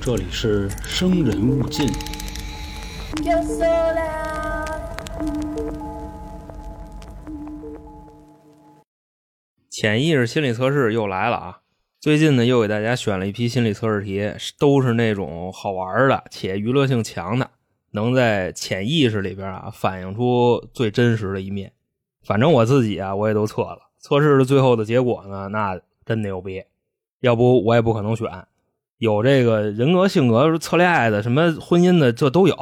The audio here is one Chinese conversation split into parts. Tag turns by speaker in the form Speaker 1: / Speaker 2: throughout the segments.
Speaker 1: 这里是《生人勿进》。
Speaker 2: Yo sola,
Speaker 3: 潜意识心理测试又来了啊！最近呢，又给大家选了一批心理测试题，都是那种好玩的且娱乐性强的，能在潜意识里边啊反映出最真实的一面。反正我自己啊，我也都测了，测试的最后的结果呢，那真牛逼，要不我也不可能选。有这个人格、性格、测恋爱的、什么婚姻的，这都有。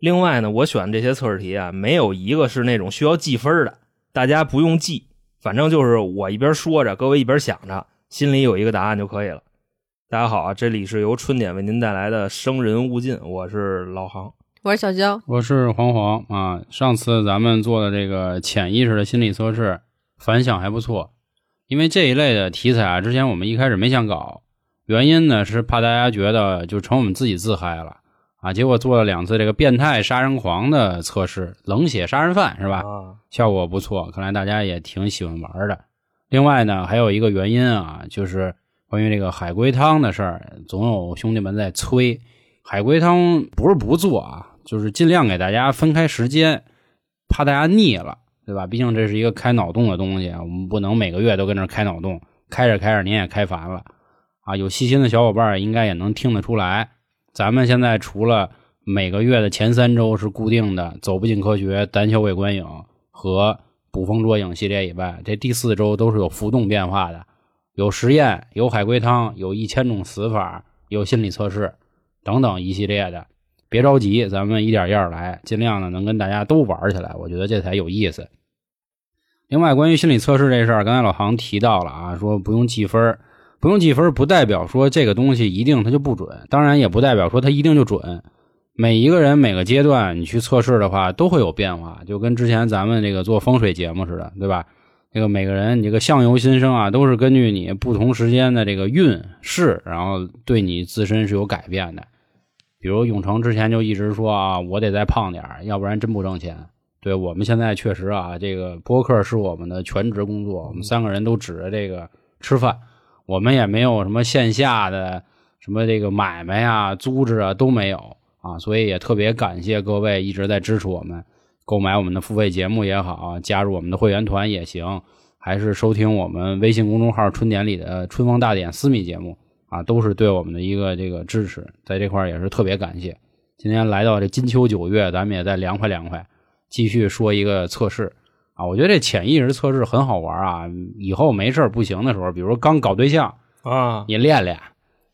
Speaker 3: 另外呢，我选这些测试题啊，没有一个是那种需要记分的，大家不用记，反正就是我一边说着，各位一边想着，心里有一个答案就可以了。大家好啊，这里是由春点为您带来的《生人勿近》，我是老航。
Speaker 4: 我是小娇，
Speaker 5: 我是黄黄啊。上次咱们做的这个潜意识的心理测试，反响还不错。因为这一类的题材啊，之前我们一开始没想搞，原因呢是怕大家觉得就成我们自己自嗨了啊。结果做了两次这个变态杀人狂的测试，冷血杀人犯是吧？
Speaker 3: 啊，
Speaker 5: 效果不错，看来大家也挺喜欢玩的。另外呢，还有一个原因啊，就是关于这个海龟汤的事儿，总有兄弟们在催。海龟汤不是不做啊，就是尽量给大家分开时间，怕大家腻了，对吧？毕竟这是一个开脑洞的东西，啊我们不能每个月都跟这儿开脑洞，开着开着您也开烦了啊。有细心的小伙伴儿应该也能听得出来，咱们现在除了每个月的前三周是固定的《走不进科学》《胆小鬼观影》和《捕风捉影》系列以外，这第四周都是有浮动变化的，有实验，有海龟汤，有一千种死法，有心理测试等等一系列的。别着急，咱们一点一点来，尽量呢能跟大家都玩起来，我觉得这才有意思。另外，关于心理测试这事儿，刚才老航提到了啊，说不用记分儿，不用记分儿不代表说这个东西一定它就不准，当然也不代表说它一定就准。每一个人每个阶段你去测试的话，都会有变化，就跟之前咱们这个做风水节目似的，对吧？这个每个人你这个相由心生啊，都是根据你不同时间的这个运势，然后对你自身是有改变的。比如永成之前就一直说啊，我得再胖点儿，要不然真不挣钱。对我们现在确实啊，这个播客是我们的全职工作，我们三个人都指着这个吃饭，我们也没有什么线下的什么这个买卖呀、租置啊都没有啊，所以也特别感谢各位一直在支持我们，购买我们的付费节目也好，加入我们的会员团也行，还是收听我们微信公众号“春典”里的“春风大典”私密节目啊，都是对我们的一个这个支持，在这块儿也是特别感谢。今天来到这金秋九月，咱们也再凉快凉快，继续说一个测试啊。我觉得这潜意识测试很好玩啊，以后没事儿不行的时候，比如说刚搞对象，
Speaker 3: 啊，
Speaker 5: 你练练，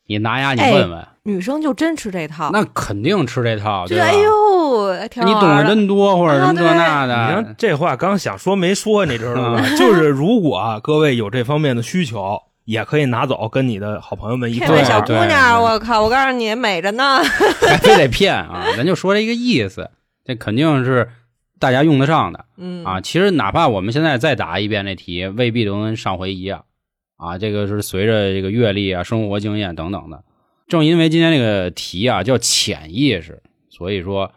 Speaker 5: 你拿牙你
Speaker 4: 哎
Speaker 5: 问问，
Speaker 4: 女生就真吃这套，
Speaker 5: 那肯定吃这套，
Speaker 4: 就
Speaker 5: 对
Speaker 4: 是
Speaker 5: 吧？
Speaker 4: 哎呦，哎挺
Speaker 5: 你
Speaker 4: 好
Speaker 5: 懂
Speaker 4: 玩
Speaker 5: 得
Speaker 4: 的。
Speaker 5: 真多，或者什么这那的，
Speaker 3: 你看这话刚想说没说，你知道吗？ 就是如果啊各位有这方面的需求，也可以拿走，跟你的好朋友们一块
Speaker 4: 这
Speaker 3: 儿
Speaker 4: 位
Speaker 5: 对
Speaker 4: 啊小
Speaker 3: 玩
Speaker 4: 姑
Speaker 5: 对
Speaker 4: 娘，
Speaker 5: 对
Speaker 4: 我靠！我告诉你，美着呢。
Speaker 5: 还非得骗啊！咱就说这个意思，这肯定是大家用得上的
Speaker 4: 嗯
Speaker 5: 啊。其实哪怕我们现在再答一遍这题，未必都跟上回一样啊。这个是随着这个阅历啊、生活经验等等的。正因为今天这个题啊叫潜意识，所以说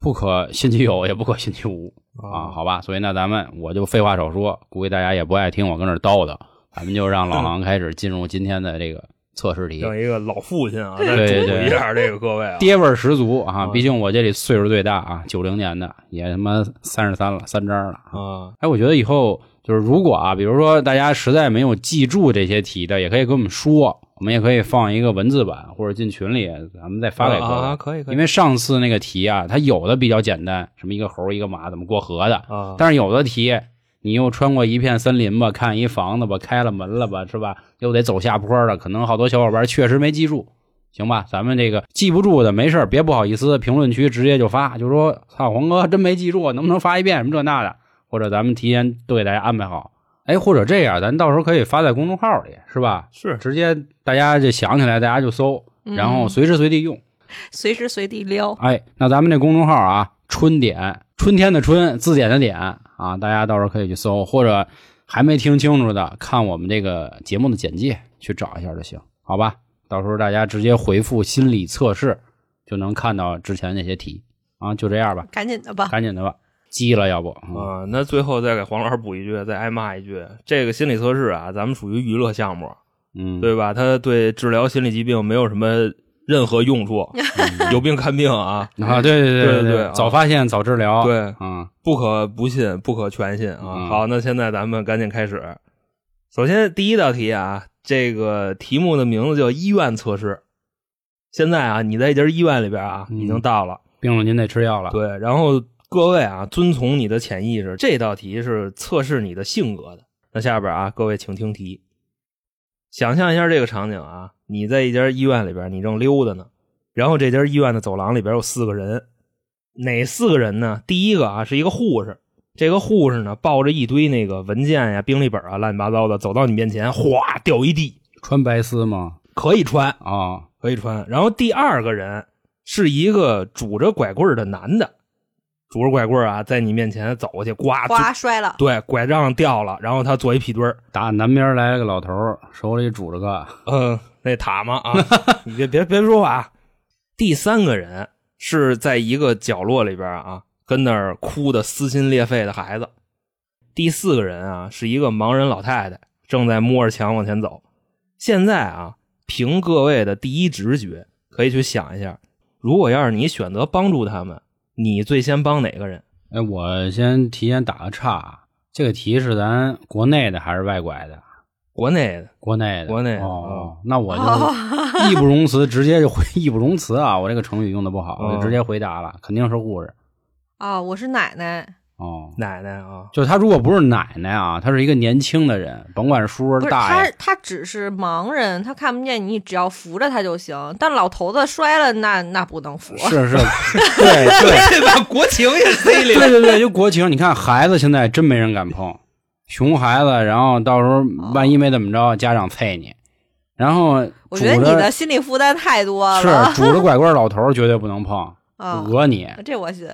Speaker 5: 不可信其有，也不可信其无啊。好吧，所以那咱们我就废话少说，估计大家也不爱听我跟这儿叨叨，咱们就让老航开始进入今天的这个测试题。
Speaker 3: 让一个老父亲啊，再
Speaker 5: 对
Speaker 3: 嘱咐
Speaker 5: 对
Speaker 3: 一下这个各位啊，
Speaker 5: 爹味儿十足啊！
Speaker 3: 嗯
Speaker 5: 毕竟我这里岁数最大啊，九零年的，也他妈三十三了，三张了。
Speaker 3: 啊，
Speaker 5: 哎，我觉得以后就是如果啊，比如说大家实在没有记住这些题的，也可以跟我们说，我们也可以放一个文字版，或者进群里咱们再发给各位。
Speaker 3: 啊，可以可以，
Speaker 5: 因为上次那个题啊，它有的比较简单，什么一个猴儿一个马怎么过河的，
Speaker 3: 啊，
Speaker 5: 但是有的题，你又穿过一片森林吧，看一房子吧，开了门了吧，是吧？又得走下坡了，可能好多小伙伴确实没记住，行吧？咱们这个记不住的没事儿别不好意思，评论区直接就发，就说操黄哥真没记住，能不能发一遍什么这那的，或者咱们提前都给大家安排好。哎，或者这样，咱到时候可以发在公众号里，是吧？
Speaker 3: 是
Speaker 5: 直接大家就想起来，大家就搜，然后
Speaker 4: 嗯
Speaker 5: 随时随地用。
Speaker 4: 随时随地撩，
Speaker 5: 哎，那咱们这公众号啊，春点，春天的春，字典的典啊，大家到时候可以去搜，或者还没听清楚的，看我们这个节目的简介去找一下就行，好吧？到时候大家直接回复心理测试，就能看到之前那些题啊，就这样吧，
Speaker 4: 赶紧的吧。
Speaker 5: 赶紧的吧，急了要不？嗯
Speaker 3: 啊，那最后再给黄老师补一句，再挨骂一句，这个心理测试啊，咱们属于娱乐项目，
Speaker 5: 嗯，
Speaker 3: 对吧？它对治疗心理疾病没有什么任何用 处，有病看病啊，
Speaker 5: 啊，对对
Speaker 3: 对
Speaker 5: 对
Speaker 3: 对啊
Speaker 5: 早发现早治疗，
Speaker 3: 对，
Speaker 5: 啊，
Speaker 3: 不可不信，不可全信啊。
Speaker 5: 嗯
Speaker 3: 好，那现在咱们赶紧开始。首先第一道题啊，这个题目的名字叫医院测试。现在啊，你在一家医院里边啊，
Speaker 5: 嗯
Speaker 3: 已经到了。
Speaker 5: 病了您得吃药了，
Speaker 3: 对，然后各位啊，遵从你的潜意识，这道题是测试你的性格的。那下边啊，各位请听题，想象一下这个场景啊，你在一家医院里边，你正溜达呢，然后这家医院的走廊里边有四个人，哪四个人呢？第一个啊是一个护士，这个护士呢抱着一堆那个文件呀、病历本啊、乱七八糟的，走到你面前，哗掉一地，
Speaker 5: 穿白丝吗？
Speaker 3: 可以穿，
Speaker 5: 啊，
Speaker 3: 可以穿。然后第二个人是一个拄着拐棍儿的男的，拄着拐棍儿啊，在你面前走过去，呱，
Speaker 4: 哗摔了，
Speaker 3: 对，拐杖掉了，然后他做一屁墩儿，
Speaker 5: 打南边来了个老头儿，手里拄着个，
Speaker 3: 嗯、那塔嘛 啊，你别别别说话啊。第三个人是在一个角落里边啊，跟那儿哭的撕心裂肺的孩子。第四个人啊，是一个盲人老太太，正在摸着墙往前走。现在啊，凭各位的第一直觉，可以去想一下，如果要是你选择帮助他们，你最先帮哪个人？
Speaker 5: 哎，我先提前打个岔，啊这个题是咱国内的还是外拐的？
Speaker 3: 国内的，
Speaker 5: 国内的，
Speaker 3: 国内的嗯
Speaker 5: 哦，那我就义不容辞，直接就回义不容辞啊！我这个成语用的不好，我就
Speaker 3: 哦
Speaker 5: 直接回答了，肯定是护士
Speaker 4: 啊！我是奶奶，
Speaker 5: 哦。
Speaker 3: 奶奶 啊，
Speaker 5: 就他如果不是奶奶啊，他是一个年轻的人，甭管是叔
Speaker 4: 不
Speaker 5: 叔
Speaker 4: 是
Speaker 5: 大
Speaker 4: 他
Speaker 5: 爷，，
Speaker 4: 他只是盲人，他看不见你，只要扶着他就行。但老头子摔了，那那不能扶。
Speaker 5: 是 是，对对
Speaker 3: 这把国情也 塞里
Speaker 5: 对对对，就国情。你看孩子现在真没人敢碰，熊孩子，然后到时候
Speaker 4: 哦
Speaker 5: 万一没怎么着，家长啐你，然后
Speaker 4: 我觉
Speaker 5: 拄
Speaker 4: 得你的
Speaker 5: 着
Speaker 4: 心理负担太多了
Speaker 5: 是拄着拐棍儿老头儿绝对不能 碰，
Speaker 4: 啊！
Speaker 5: 讹你。
Speaker 4: 这我信，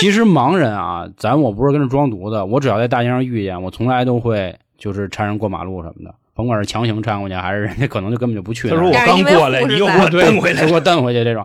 Speaker 5: 其实盲人啊，咱我不是跟着装犊子，我只要在大街上遇见，我从来都会就是搀人过马路什么的，甭管是强行搀过去，还是人家可能就根本就不去那
Speaker 3: 他
Speaker 5: 儿。
Speaker 3: 说我
Speaker 4: 但是
Speaker 3: 刚
Speaker 4: 因为
Speaker 3: 过来，
Speaker 4: 护士
Speaker 3: 你又给
Speaker 4: 在
Speaker 3: 我
Speaker 5: 对，
Speaker 3: 蹬回来
Speaker 5: 就给我蹬回去这种，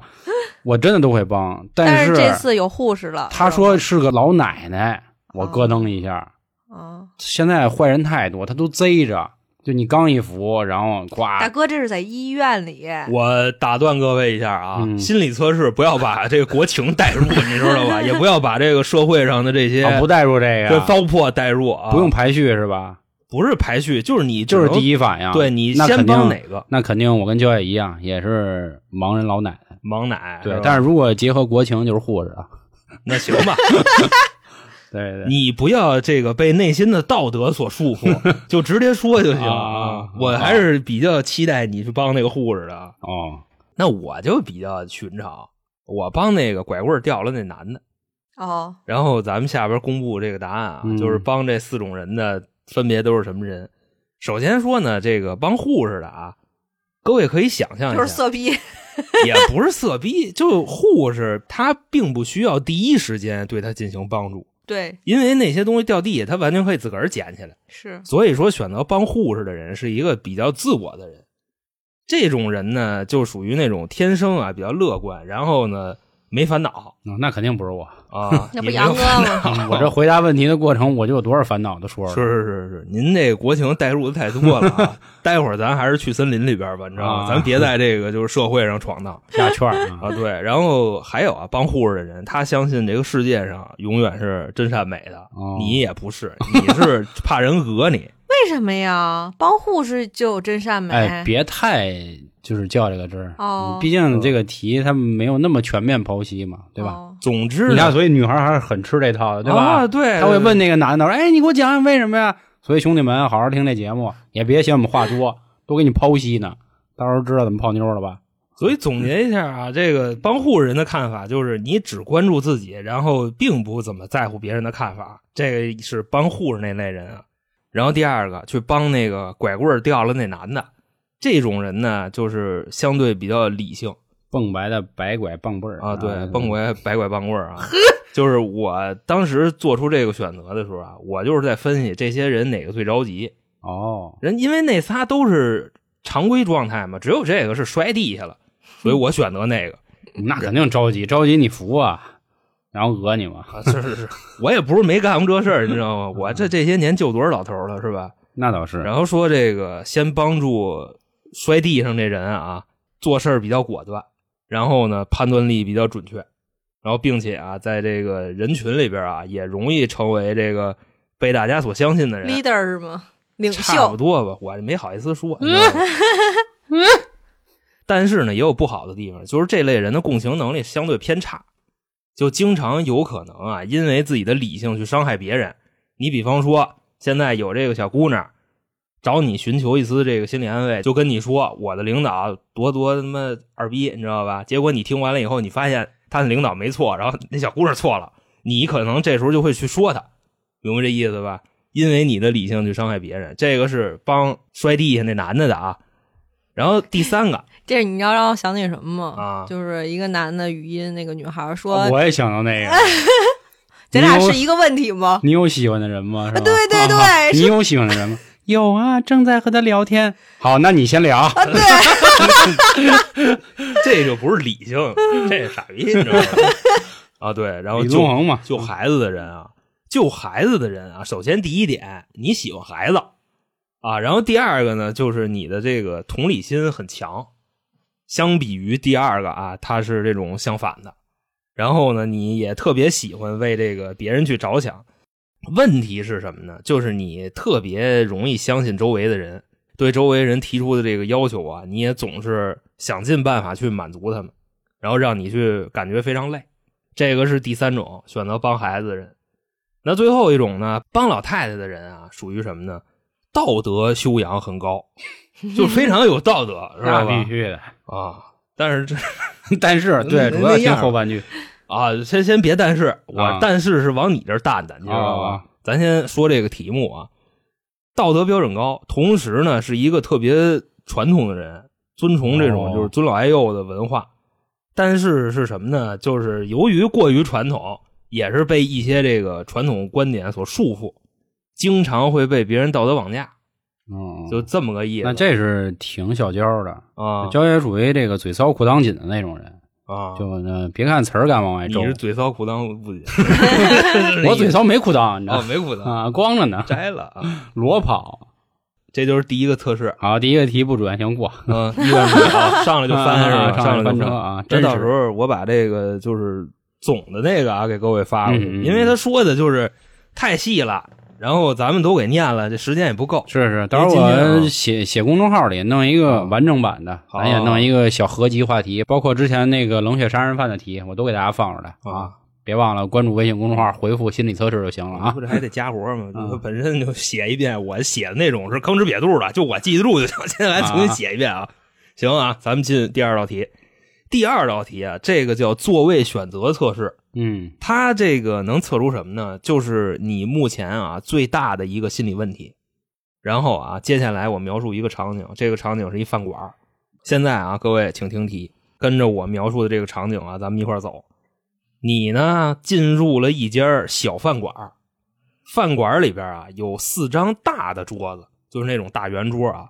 Speaker 5: 我真的都会帮。
Speaker 4: 但
Speaker 5: 是
Speaker 4: 这次哦有护士了。
Speaker 5: 他说是个老奶奶，我咯噔一下。
Speaker 4: 啊，
Speaker 5: 现在坏人太多，他都贼着，就你刚一扶，然后
Speaker 4: 大
Speaker 5: 咵，
Speaker 4: 哥这是在医院里，
Speaker 3: 我打断各位一下啊，
Speaker 5: 嗯
Speaker 3: 心理测试不要把这个国情带入，你知道吧？也不要把这个社会上的这些、
Speaker 5: 啊不带入这
Speaker 3: 这
Speaker 5: 个，
Speaker 3: 糟粕带入啊，
Speaker 5: 不用排序是吧？
Speaker 3: 不是排序，就是你只
Speaker 5: 就
Speaker 3: 能
Speaker 5: 是第一反应。
Speaker 3: 对你
Speaker 5: 那
Speaker 3: 先
Speaker 5: 肯定
Speaker 3: 帮哪个
Speaker 5: 那肯定，我跟焦野一样，也是盲人老奶奶。
Speaker 3: 盲奶，
Speaker 5: 对
Speaker 3: 吧，
Speaker 5: 但是如果结合国情，就是护士啊。
Speaker 3: 那行吧，
Speaker 5: 对 对
Speaker 3: 你不要这个被内心的道德所束缚， 就直接说就行
Speaker 5: 啊
Speaker 3: 我还是比较期待你去帮那个护士的啊，
Speaker 5: 哦，
Speaker 3: 那我就比较寻常，我帮那个拐棍儿掉了那男的。
Speaker 4: 哦，
Speaker 3: 然后咱们下边公布这个答案啊，
Speaker 5: 嗯
Speaker 3: 就是帮这四种人的分别都是什么人。首先说呢，这个帮护士的啊，各位可以想象一下，
Speaker 4: 就是色逼，
Speaker 3: 也不是色逼，就护士他并不需要第一时间对他进行帮助，
Speaker 4: 对，
Speaker 3: 因为那些东西掉地下，他完全可以自个儿捡起来。
Speaker 4: 是。
Speaker 3: 所以说，选择帮护士的人是一个比较自我的人。这种人呢，就属于那种天生啊比较乐观，然后呢没烦恼
Speaker 5: 嗯那肯定不是我。
Speaker 3: 啊 也
Speaker 4: 那不
Speaker 3: 没
Speaker 4: 杨
Speaker 3: 有
Speaker 4: 哥
Speaker 3: 烦恼
Speaker 4: 吗？
Speaker 5: 嗯我这回答问题的过程，我就有多少烦恼都说了。
Speaker 3: 是是是是，您这国情代入的太多了 啊！待会儿咱还是去森林里边吧，你知道吗？
Speaker 5: 啊
Speaker 3: 咱别在这个就是社会上闯 荡
Speaker 5: 下圈儿啊
Speaker 3: 啊！对，然后还有啊，帮护士的人，他相信这个世界上永远是真善美的，
Speaker 5: 哦
Speaker 3: 你也不是，你是怕人讹 你。
Speaker 4: 为什么呀？帮护士就有真善美，
Speaker 5: 哎，别太就是较这个真儿。
Speaker 4: 哦
Speaker 5: 毕竟这个题他没有那么全面剖析嘛，对吧？
Speaker 4: 哦
Speaker 3: 总之呢，
Speaker 5: 你看，所以女孩还是很吃这套的，对吧？
Speaker 3: 啊对，
Speaker 5: 他会问那个男的，说：“哎，你给我讲讲为什么呀？”所以兄弟们，好好听这节目，也别嫌我们话多，都给你剖析呢。到时候知道怎么泡妞了吧？
Speaker 3: 所以总结一下啊，这个帮护人的看法就是，你只关注自己，然后并不怎么在乎别人的看法，这个是帮护士那类人啊。然后第二个，去帮那个拐棍儿掉了那男的，这种人呢，就是相对比较理性
Speaker 5: 蹦白的白拐棒棍儿
Speaker 3: 啊，对，蹦拐白拐棒棍儿啊。 就是我当时做出这个选择的时候啊，我就是在分析这些人哪个最着急。
Speaker 5: 哦，
Speaker 3: 人因为那仨都是常规状态嘛，只有这个是摔地下了，所以我选择那个。
Speaker 5: 那肯定着急，着急你服啊，然后讹你嘛。
Speaker 3: 啊，是是是， 我也不是没干过这事儿，你知道吗？我这这些年救多少老头儿了，是吧？
Speaker 5: 那倒是，
Speaker 3: 然后说这个先帮助摔地上这人啊，做事儿比较果断，然后呢判断力比较准确，然后并且啊在这个人群里边啊也容易成为这个被大家所相信的人啊
Speaker 4: leader 是吗？领
Speaker 3: 差不
Speaker 4: 袖，嗯
Speaker 3: 多吧，我没好意思说。你知 道吗但是呢，也有不好的地方，就是这类人的共情能力相对偏差，就经常有可能啊，因为自己的理性去伤害别人。你比方说，现在有这个小姑娘找你寻求一丝这个心理安慰，就跟你说我的领导多多他妈二逼，你知道吧？结果你听完了以后，你发现他的领导没错，然后那小姑娘错了，你可能这时候就会去说他，明白这意思吧？因为你的理性去伤害别人，这个是帮摔地下那男的的啊。然后第三个，
Speaker 4: 这你知道让我想起什么吗？
Speaker 3: 啊
Speaker 4: 就是一个男的语音，那个女孩说：“
Speaker 5: 啊我也想 到那个，
Speaker 4: 咱俩
Speaker 5: 你有
Speaker 4: 是一个问题吗
Speaker 5: 你有喜欢的人吗？
Speaker 3: 啊
Speaker 5: 是吧
Speaker 4: 对 对对是
Speaker 5: 你有喜欢的人吗？ 有啊，正在和他聊天。好，那你先
Speaker 3: 啊
Speaker 5: 聊。？”
Speaker 4: 啊
Speaker 3: 这就不是理性，这是傻逼，你知道吗？啊，对，然后
Speaker 5: 李
Speaker 3: 就
Speaker 5: 宗恒嘛，
Speaker 3: 救孩子的人啊，救孩子的人啊，首先第一点，你喜欢孩子啊，然后第二个呢，就是你的这个同理心很强，相比于第二个啊，他是这种相反的。然后呢，你也特别喜欢为这个别人去着想。问题是什么呢？就是你特别容易相信周围的人，对周围人提出的这个要求啊，你也总是想尽办法去满足他们，然后让你去感觉非常累。这个是第三种选择帮孩子的人。那最后一种呢，帮老太太的人啊，属于什么呢？道德修养很高，就非常有道德，知
Speaker 5: 那
Speaker 3: 道吧
Speaker 5: 必？须的。
Speaker 3: 啊，但是这
Speaker 5: 但是对，
Speaker 3: 那
Speaker 5: 主要
Speaker 3: 那
Speaker 5: 听
Speaker 3: 样
Speaker 5: 后半句。
Speaker 3: 啊，先先别但是，我、
Speaker 5: 啊
Speaker 3: 但是是往你这儿淡的，你知道吧？
Speaker 5: 啊
Speaker 3: 咱先说这个题目啊，道德标准高，同时呢是一个特别传统的人，遵从这种
Speaker 5: 哦
Speaker 3: 就是尊老爱幼的文化。但是是什么呢？就是由于过于传统，也是被一些这个传统观点所束缚，经常会被别人道德绑架，
Speaker 5: 嗯，
Speaker 3: 就这么个意思。
Speaker 5: 那这是挺小娇的，
Speaker 3: 啊
Speaker 5: 娇也属于这个嘴骚裤裆紧的那种人。
Speaker 3: 啊，
Speaker 5: 就呃别看词儿敢往外周
Speaker 3: 你，是嘴骚裤裆 不紧，
Speaker 5: 我嘴骚没裤裆，你知道
Speaker 3: 啊
Speaker 5: 吗？
Speaker 3: 没 裤裆，
Speaker 5: 啊，光着呢，
Speaker 3: 摘了啊，
Speaker 5: 裸跑。
Speaker 3: 这就是第一个测试。
Speaker 5: 好，第一个题不准，行过。
Speaker 3: 嗯，一万米啊，上 来就翻是
Speaker 5: 啊
Speaker 3: 吧？上
Speaker 5: 上来
Speaker 3: 来
Speaker 5: 翻
Speaker 3: 就
Speaker 5: 车啊
Speaker 3: 那
Speaker 5: 真
Speaker 3: 到
Speaker 5: 是
Speaker 3: 时候我把这个就是总的那个啊给各位发过
Speaker 5: 嗯嗯
Speaker 3: 去，
Speaker 5: 嗯
Speaker 3: 因为他说的就是太细了，然后咱们都给念了，这时间也不够。
Speaker 5: 是是，到时候
Speaker 3: 今天
Speaker 5: 我
Speaker 3: 啊
Speaker 5: 写写公众号里弄一个完整版的，
Speaker 3: 好
Speaker 5: 咱也弄一个小合集话题，包括之前那个冷血杀人犯的题，我都给大家放出来
Speaker 3: 啊。
Speaker 5: 别忘了关注微信公众号，回复“心理测试”就行了啊
Speaker 3: 不。是还得加活吗？
Speaker 5: 啊
Speaker 3: 就说本身就写一遍，我写的那种是吭哧瘪肚的，就我记得住就行。现在来重新写一遍啊！行啊，咱们进第二道题。第二道题啊，这个叫座位选择测试。
Speaker 5: 嗯，
Speaker 3: 它这个能测出什么呢？就是你目前啊最大的一个心理问题。然后啊，接下来我描述一个场景，这个场景是一饭馆儿。现在啊，各位请听题，跟着我描述的这个场景啊，咱们一块儿走。你呢进入了一家小饭馆儿，饭馆儿里边啊有四张大的桌子，就是那种大圆桌啊。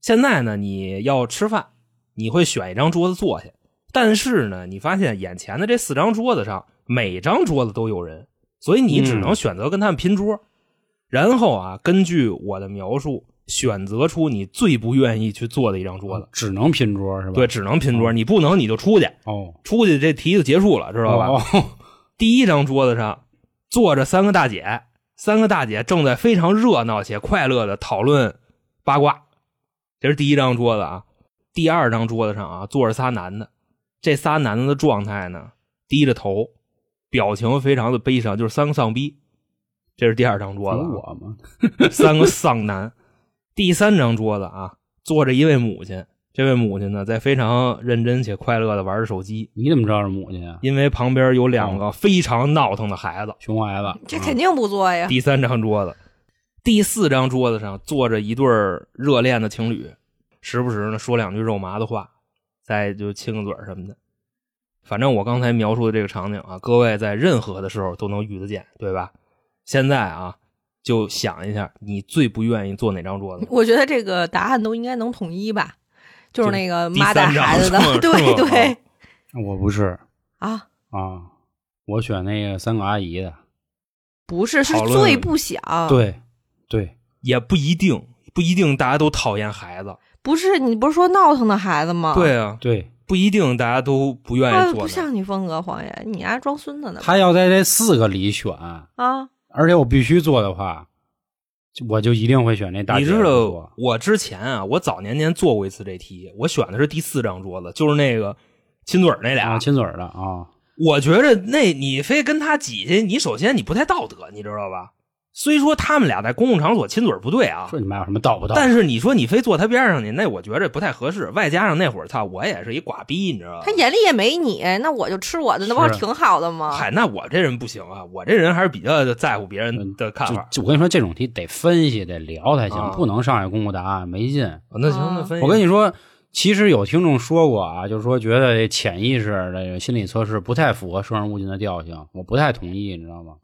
Speaker 3: 现在呢，你要吃饭，你会选一张桌子坐下。但是呢，你发现眼前的这四张桌子上，每张桌子都有人，所以你只能选择跟他们拼桌。然后啊，根据我的描述，选择出你最不愿意去坐的一张桌子。
Speaker 5: 只能拼桌是吧？
Speaker 3: 对，，只能拼桌，你不能你就出去，
Speaker 5: 哦，
Speaker 3: 出去这题就结束了，知
Speaker 5: 知
Speaker 3: 道吧？
Speaker 5: 哦，
Speaker 3: 第一张桌子上坐着三个大姐，三个大姐正在非常热闹且快乐的讨论八卦，这是第一张桌子啊。第二张桌子上啊坐着仨男的，这仨男的的状态呢，低着头，表情非常的悲伤，就是三个丧逼。这是第二张桌子啊、
Speaker 5: 有我吗？
Speaker 3: 三个丧男。第三张桌子啊，坐着一位母亲，这位母亲呢在非常认真且快乐的玩着手机，
Speaker 5: 你怎么知道是母亲啊？
Speaker 3: 因为旁边有两个非常闹腾的孩子。
Speaker 5: 熊孩子，
Speaker 4: 这肯定不做呀。
Speaker 3: 第三张桌子，第四张桌子上坐着一对儿热恋的情侣，时不时呢说两句肉麻的话，再就亲个嘴儿什么的。反正我刚才描述的这个场景啊，各位在任何的时候都能遇得见，对吧？现在啊，就想一下，你最不愿意坐哪张桌子？
Speaker 4: 我觉得这个答案都应该能统一吧，就是那个
Speaker 3: 第
Speaker 4: 妈带
Speaker 3: 三张
Speaker 4: 孩子的
Speaker 3: 是吗，哦是
Speaker 4: 对
Speaker 3: 吗
Speaker 4: 对
Speaker 5: 我不是
Speaker 4: 啊，
Speaker 5: 啊，我选那个三个阿姨的。
Speaker 4: 不是是
Speaker 3: 讨论
Speaker 4: 最不想，
Speaker 5: 对，对，
Speaker 3: 也不一定，不一定大家都讨厌孩子。
Speaker 4: 不是你不是说闹腾的孩子吗？
Speaker 3: 对啊，
Speaker 5: 对，
Speaker 3: 不一定大家都不愿
Speaker 4: 啊
Speaker 3: 意做
Speaker 4: 不
Speaker 3: 的。
Speaker 4: 像你风格，黄爷，你丫装孙子呢吧？
Speaker 5: 他要在这四个里选，
Speaker 4: 啊，
Speaker 5: 而且我必须做的话，就我就一定会选那大
Speaker 3: 你
Speaker 5: 姐
Speaker 3: 知
Speaker 5: 夫
Speaker 3: 道
Speaker 5: 做。
Speaker 3: 我之前啊，我早年间做过一次这题，我选的是第四张桌子，就是那个亲嘴儿那俩。
Speaker 5: 啊，亲嘴儿的啊，
Speaker 3: 我觉着那你非跟他挤去，你首先你不太道德，你知道吧？虽说他们俩在公共场所亲嘴儿不对啊，
Speaker 5: 说你妈有什么道不道？
Speaker 3: 但是你说你非坐他边上去，那我觉着不太合适。外加上那会儿，操，我也是一寡逼，你知道吗
Speaker 4: 他？眼里也没你，那我就吃我的，那不
Speaker 5: 是
Speaker 4: 挺好的吗？
Speaker 3: 嗨，那我这人不行啊，我这人还是比较在乎别人的看
Speaker 5: 嗯就
Speaker 3: 法。
Speaker 5: 就我跟你说，这种题得分析得聊才行，
Speaker 3: 啊
Speaker 5: 不能上来公布答案没劲。
Speaker 3: 哦那行，
Speaker 4: 啊
Speaker 3: 那分析
Speaker 5: 我跟你说，其实有听众说过啊，就是说觉得这潜意识的心理测试不太符合生人勿近的调性，我不太同意，你知道 吗？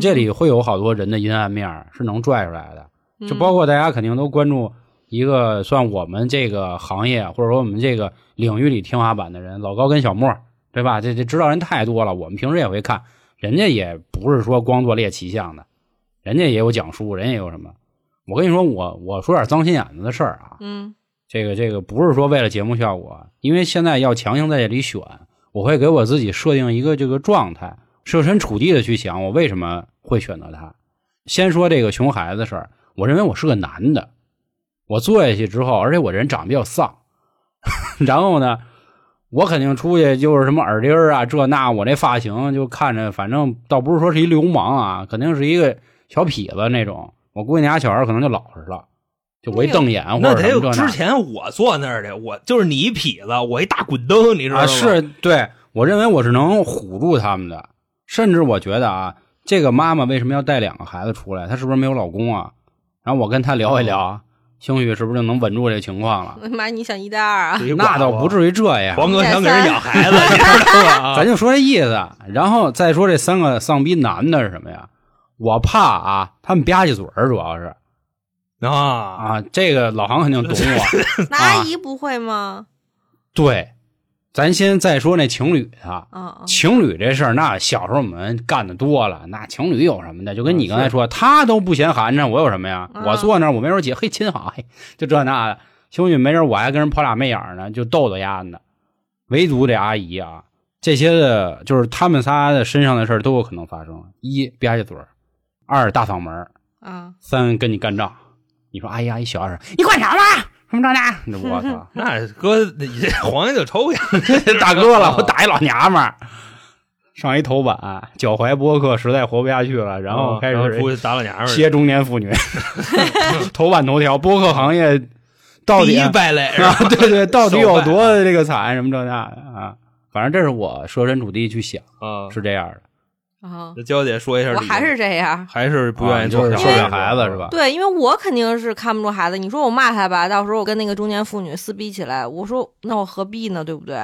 Speaker 5: 这里会有好多人的阴暗面儿是能拽出来的。
Speaker 3: 嗯
Speaker 5: 就包括大家肯定都关注一个算我们这个行业或者说我们这个领域里天花板的人，老高跟小莫，对吧？这这知道人太多了，我们平时也会看，人家也不是说光做猎奇项的，人家也有讲书，人家也有什么。我跟你说，我我说点脏心眼子的事儿啊，
Speaker 4: 嗯，
Speaker 5: 这个这个不是说为了节目效果，因为现在要强行在这里选，我会给我自己设定一个这个状态，设身处地的去想我为什么会选择他。先说这个熊孩子的事儿，我认为我是个男的，我坐下去之后，而且我这人长得比较丧， 然后呢，我肯定出去就是什么耳钉儿啊这那，我这发型就看着反正倒不是说是一流氓啊，肯定是一个小痞子那种。我估计那俩小孩儿可能就老实了，就我一瞪眼或
Speaker 3: 那
Speaker 5: 者
Speaker 3: 得
Speaker 5: 什么
Speaker 3: 有
Speaker 5: 这
Speaker 3: 之
Speaker 5: 那。
Speaker 3: 前我坐那儿的，我就是你一痞子，我一大滚灯，你知道吗？
Speaker 5: 啊，是对我认为我是能唬住他们的，甚至我觉得啊，这个妈妈为什么要带两个孩子出来？她是不是没有老公啊？然后我跟她聊一聊，
Speaker 3: 哦
Speaker 5: 兴许是不是就能稳住这情况了？
Speaker 4: 妈，你想一带二啊？
Speaker 3: 是一寡妇
Speaker 5: 那倒不至于这样，啊
Speaker 3: 黄哥想给人养孩子，你知道吗？
Speaker 5: 咱就说这意思。然后再说这三个丧逼男的是什么呀？我怕啊，他们吧唧嘴儿，主要是
Speaker 3: 咱 啊，
Speaker 5: 啊，这个老航肯定懂 我。
Speaker 4: 那阿姨不会吗？
Speaker 5: 对，咱先再说那情侣啊，
Speaker 4: 啊啊，
Speaker 5: 情侣这事儿，那小时候我们干的多了，那情侣有什么的？就跟你刚才说，他都不嫌寒碜，我有什么呀？
Speaker 4: 嗯
Speaker 5: 我坐那儿，我没人姐，嘿，亲好，嘿，就这那的。兄弟没人，我还跟人抛俩媚眼儿呢，就逗逗丫呢。啊唯独这阿姨啊，这些的，就是他们仨的身上的事儿都有可能发生：一吧唧嘴儿，二大嗓门儿，
Speaker 4: 啊，
Speaker 5: 三跟你干仗。你说阿姨阿姨小二声，你管啥吧？什么这那？你说我操！
Speaker 3: 那 哥，你这黄爷就抽烟，
Speaker 5: 大哥了，我打一老娘们儿，上一头版，脚踝播客实在活不下去了，然后开
Speaker 3: 啊然后出
Speaker 5: 始
Speaker 3: 去打老娘们儿，
Speaker 5: 歇中年 妇女，头版头条，播客行业到
Speaker 3: 第
Speaker 5: 底
Speaker 3: 一
Speaker 5: 啊，
Speaker 3: 败类，
Speaker 5: 对对，到底有
Speaker 3: 手
Speaker 5: 多这个惨，什么这那的啊，反正这是我设身处地去想，
Speaker 3: 啊，
Speaker 5: 是这样的，
Speaker 4: 啊，
Speaker 3: 那娇姐说一下理由，
Speaker 4: 我还是这样。
Speaker 3: 还是不愿
Speaker 5: 啊
Speaker 3: 意
Speaker 5: 就
Speaker 3: 做
Speaker 5: 是
Speaker 3: 小
Speaker 5: 受
Speaker 4: 因为
Speaker 5: 点孩子是吧？？
Speaker 4: 对，因为我肯定是看不住孩子。你说我骂他吧，到时候我跟那个中年妇女撕逼起来，我说那我何必呢，对不对？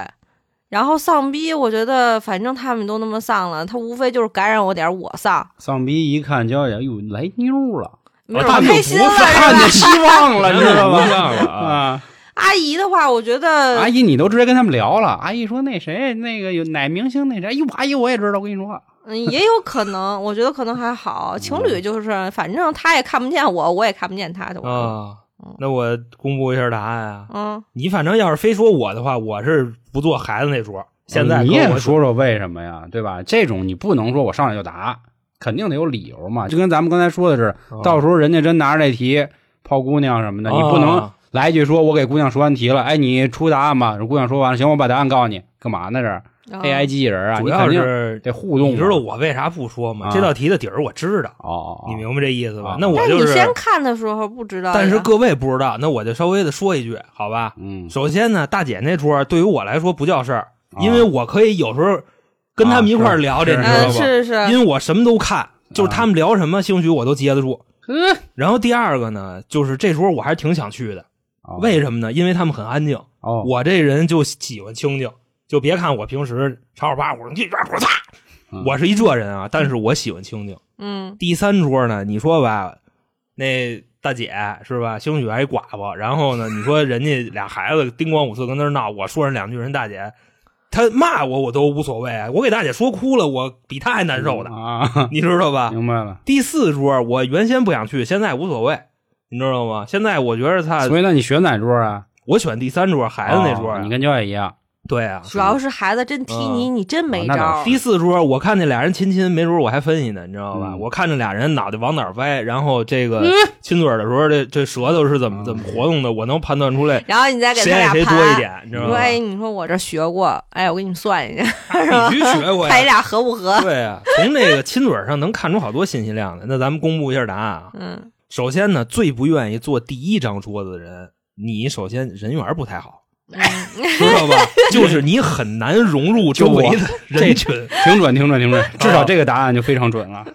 Speaker 4: 然后丧逼，我觉得反正他们都那么丧了，他无非就是感染我点儿我丧，
Speaker 5: 丧逼一看娇姐，哟，来妞了，
Speaker 4: 没准
Speaker 3: 啊他
Speaker 4: 儿
Speaker 3: 们
Speaker 4: 开心了
Speaker 3: 不丧
Speaker 4: 是
Speaker 5: 看
Speaker 4: 吧
Speaker 5: 见？希望 了，
Speaker 3: 你
Speaker 5: 你
Speaker 3: 知
Speaker 5: 知
Speaker 3: 道
Speaker 5: 道
Speaker 3: 吗
Speaker 5: 吧？
Speaker 3: 啊，
Speaker 5: 啊，
Speaker 4: 阿姨的话，我觉得
Speaker 3: 哎
Speaker 5: 阿姨，你都直接跟他们聊了。阿姨说那谁，那个有哪明星那谁，哎呦，阿姨我也知道，我跟你说，
Speaker 4: 嗯，也有可能，我觉得可能还好。情侣就是，反正他也看不见我，我也看不见他的。我
Speaker 3: 哦啊，那我公布一下答案啊，
Speaker 4: 嗯，
Speaker 3: 你反正要是非说我的话，我是不坐孩子那桌。现在
Speaker 5: 嗯你
Speaker 3: 跟
Speaker 5: 也
Speaker 3: 我
Speaker 5: 说说为什么呀，对吧？这种你不能说我上来就答，肯定得有理由嘛。就跟咱们刚才说的是，
Speaker 3: 哦
Speaker 5: 到时候人家真拿着这题泡姑娘什么的，你不能
Speaker 3: 啊
Speaker 5: 来一句说我给姑娘说完题了，哎，你出答案吧。姑娘说完了，行，我把答案告诉你，干嘛呢？这儿
Speaker 4: 哦
Speaker 5: AI 机器人啊，
Speaker 3: 主
Speaker 5: 你
Speaker 3: 要
Speaker 5: 肯定
Speaker 3: 是
Speaker 5: 得互动嘛。
Speaker 3: 你知道我为啥不说吗？
Speaker 5: 啊
Speaker 3: 这道题的底儿我知道，
Speaker 5: 哦，
Speaker 3: 你明白这意思吧
Speaker 5: 啊？
Speaker 3: 那我
Speaker 4: 但
Speaker 3: 就
Speaker 4: 你
Speaker 3: 是，
Speaker 4: 先看的时候不知道呀，
Speaker 3: 但是各位不知道，那我就稍微的说一句，好吧？
Speaker 5: 嗯，
Speaker 3: 首先呢，大姐那桌对于我来说不叫事儿，
Speaker 5: 啊
Speaker 3: 因为我可以有时候跟他们一块儿聊这，
Speaker 5: 是啊
Speaker 3: 你知
Speaker 4: 嗯
Speaker 3: 道
Speaker 4: 是是
Speaker 3: 吗？因为我什么都看，就是他们聊什么，兴许我都接得住。
Speaker 4: 嗯
Speaker 3: 然后第二个呢，就是这桌我还是挺想去的，
Speaker 5: 哦
Speaker 3: 为什么呢？因为他们很安静。
Speaker 5: 哦，
Speaker 3: 我这人就喜欢清静，就别看我平时吵吵巴火，你这我操，
Speaker 5: 嗯
Speaker 3: 我是一这人啊，但是我喜欢清静。
Speaker 4: 嗯
Speaker 3: 第三桌呢，你说吧，那大姐是吧，兴许还一寡妇，然后 呢，你说人家俩孩子叮咣五四跟那儿闹，我说人两句，人大姐她骂我我都无所谓，我给大姐说哭了，我比她还难受呢，
Speaker 5: 啊，
Speaker 3: 你知道吧？
Speaker 5: 明白了。
Speaker 3: 第四桌我原先不想去，现在无所谓，你知道吗？现在我觉得他，
Speaker 5: 所以那你选哪桌啊？
Speaker 3: 我选第三桌孩子那桌
Speaker 5: 哦
Speaker 3: 啊
Speaker 5: 你跟娇姐一样
Speaker 3: 对啊，
Speaker 4: 主要是孩子真踢你，你真没招
Speaker 5: 啊那倒
Speaker 4: 儿
Speaker 5: 是。
Speaker 3: 第四桌我看那俩人亲亲，没准我还分析呢，你知道吧？
Speaker 5: 嗯
Speaker 3: 我看着俩人脑袋往哪儿歪，然后这个亲嘴儿的时候，这这舌头是怎么怎么活动的，我能判断出来
Speaker 4: 然后你再给
Speaker 3: 谁
Speaker 4: 他
Speaker 3: 爱
Speaker 4: 俩
Speaker 3: 谁
Speaker 4: 盘，
Speaker 3: 多一点，你知
Speaker 4: 你
Speaker 3: 道
Speaker 4: 说
Speaker 3: 吧？
Speaker 4: 哎，你说我这学过，哎，我给你算一下，
Speaker 3: 必须学过
Speaker 4: 看你
Speaker 3: 呀。
Speaker 4: 俩合不合。
Speaker 3: 对啊，从这个亲嘴儿上能看出好多信息量来。那咱们公布一下答案啊。
Speaker 4: 嗯，
Speaker 3: 首先呢，最不愿意坐第一张桌子的人，你首先人缘儿不太好，
Speaker 4: 嗯
Speaker 3: 知道吧？就是你很难融入周围的人群，
Speaker 5: 挺准，挺准，挺 准，至少这个答案就非常准
Speaker 3: 啊
Speaker 5: 了。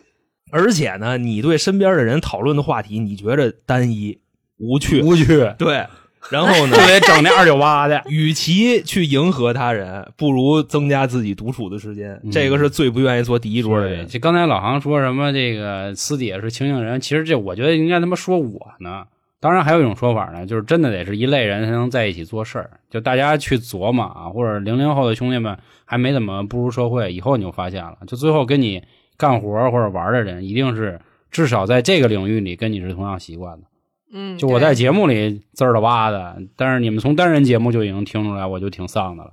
Speaker 3: 而且呢，你对身边的人讨论的话题，你觉着单一无趣，
Speaker 5: 无趣，
Speaker 3: 对。然后呢
Speaker 5: 就，得整那二九八的。
Speaker 3: 与其去迎合他人，不如增加自己独处的时间。
Speaker 5: 嗯
Speaker 3: 这个是最不愿意坐 第一桌的
Speaker 5: 对，
Speaker 3: 人。
Speaker 5: 这刚才老航说什么这个私底下是清醒人，其实这我觉得应该他妈说我呢。当然还有一种说法呢，就是真的得是一类人才能在一起做事儿。就大家去琢磨啊，或者零零后的兄弟们还没怎么步入社会，以后你就发现了，就最后跟你干活或者玩的人，一定是至少在这个领域里跟你是同样习惯的。
Speaker 4: 嗯，
Speaker 5: 就我在
Speaker 4: 对
Speaker 5: 节目里滋儿的哇的，但是你们从单人节目就已经听出来，我就挺丧的了。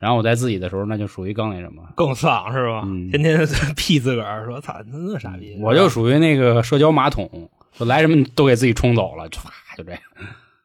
Speaker 5: 然后我在自己的时候，那就属于更那什么，
Speaker 3: 更丧是吧？
Speaker 5: 嗯
Speaker 3: 天天屁自个儿说：“操，那那傻逼！”
Speaker 5: 我就属于那个社交马桶，就来什么都给自己冲走了，唰就这样。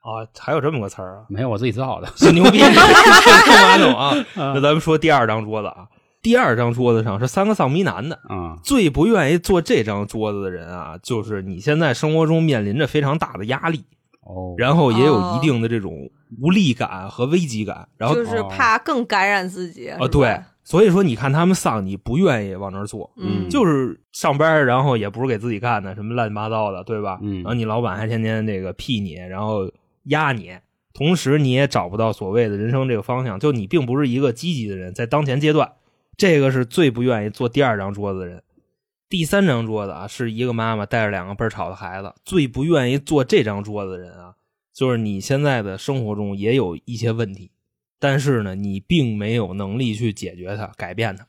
Speaker 3: 啊，还有这么个词儿啊，
Speaker 5: 没有我自己自好的，
Speaker 3: 小牛逼，干嘛总啊？
Speaker 5: 嗯
Speaker 3: 那咱们说第二张桌子啊，第二张桌子上是三个丧逼男的，
Speaker 5: 啊、
Speaker 3: 最不愿意坐这张桌子的人啊，就是你现在生活中面临着非常大的压力，
Speaker 5: 哦，
Speaker 3: 然后也有一定的这种无力感和危机感，然后
Speaker 4: 就是怕更感染自己。
Speaker 3: 啊，
Speaker 4: 是
Speaker 3: 对
Speaker 4: 吧，，
Speaker 3: 所以说你看他们丧，你不愿意往那儿坐。
Speaker 5: 嗯
Speaker 4: 嗯，
Speaker 3: 就是上班，然后也不是给自己干的，什么乱七八糟的，对吧？
Speaker 5: 嗯
Speaker 3: 然后你老板还天天这个屁你，然后压你，同时你也找不到所谓的人生这个方向，就你并不是一个积极的人，在当前阶段，这个是最不愿意坐第二张桌子的人。第三张桌子啊，是一个妈妈带着两个倍儿吵的孩子，最不愿意坐这张桌子的人啊，就是你现在的生活中也有一些问题，但是呢，你并没有能力去解决它、改变它。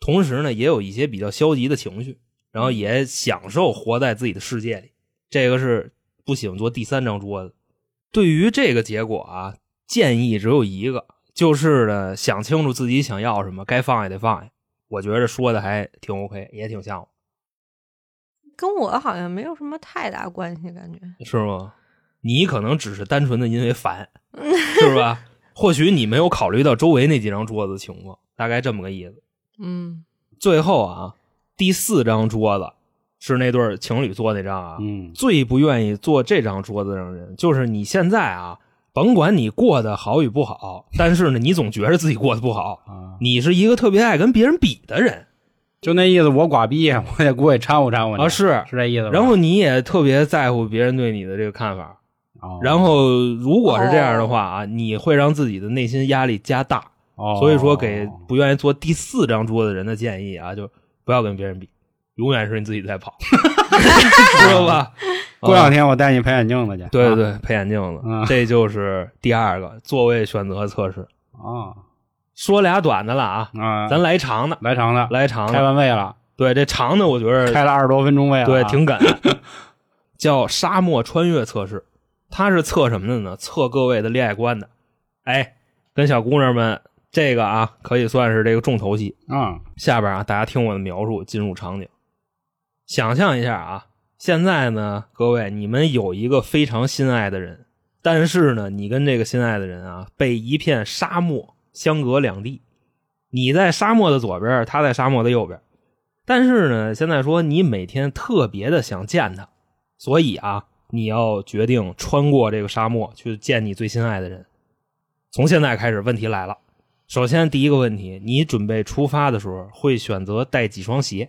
Speaker 3: 同时呢，也有一些比较消极的情绪，然后也享受活在自己的世界里。这个是不喜欢坐第三张桌子。对于这个结果啊，建议只有一个，就是呢，想清楚自己想要什么，该放下得放下。我觉得说的还挺 OK，也挺像我，
Speaker 4: 跟我好像没有什么太大关系，感觉。
Speaker 3: 是吗？你可能只是单纯的因为烦，是吧？或许你没有考虑到周围那几张桌子的情况，大概这么个意思。
Speaker 4: 嗯，
Speaker 3: 最后啊，第四张桌子是那对儿情侣坐那张啊，
Speaker 5: 嗯，
Speaker 3: 最不愿意坐这张桌子上的人，就是你现在啊，甭管你过得好与不好，但是呢，你总觉得自己过得不好，
Speaker 5: 啊，
Speaker 3: 你是一个特别爱跟别人比的人
Speaker 5: 就那意思，我寡逼，我得过去掺和掺和去
Speaker 3: 啊，是，
Speaker 5: 是这意思吧。
Speaker 3: 然后你也特别在乎别人对你的这个看法，
Speaker 5: 哦，
Speaker 3: 然后如果是这样的话啊，你会让自己的内心压力加大，
Speaker 5: 哦，
Speaker 3: 所以说给不愿意坐第四张桌子的人的建议啊，就不要跟别人比，永远是你自己在 跑， 知道吧？
Speaker 5: 过两
Speaker 3: 啊
Speaker 5: 天我带你配眼镜子去。
Speaker 3: 对对对，
Speaker 5: 啊，
Speaker 3: 配眼镜子，
Speaker 5: 嗯
Speaker 3: 这就是第二个座位选择测试。
Speaker 5: 啊
Speaker 3: 说俩短的了啊，
Speaker 5: 啊，
Speaker 3: 咱来长的，
Speaker 5: 来长的，
Speaker 3: 来长
Speaker 5: 开
Speaker 3: 的。
Speaker 5: 完胃了，
Speaker 3: 对，这长的我觉得
Speaker 5: 开了二十多分钟胃了啊，
Speaker 3: 对挺梗， 叫沙漠穿越测试。它是测什么的呢？测各位的恋爱观的。哎，跟小姑娘们，这个啊可以算是这个重头戏。
Speaker 5: 啊，
Speaker 3: 下边啊，大家听我的描述进入场景，想象一下啊，现在呢，各位你们有一个非常心爱的人，但是呢，你跟这个心爱的人啊，被一片沙漠相隔两地，你在沙漠的左边，他在沙漠的右边，但是呢，现在说你每天特别的想见他，所以啊，你要决定穿过这个沙漠去见你最心爱的人。从现在开始，问题来了。首先，第一个问题，你准备出发的时候会选择带几双鞋？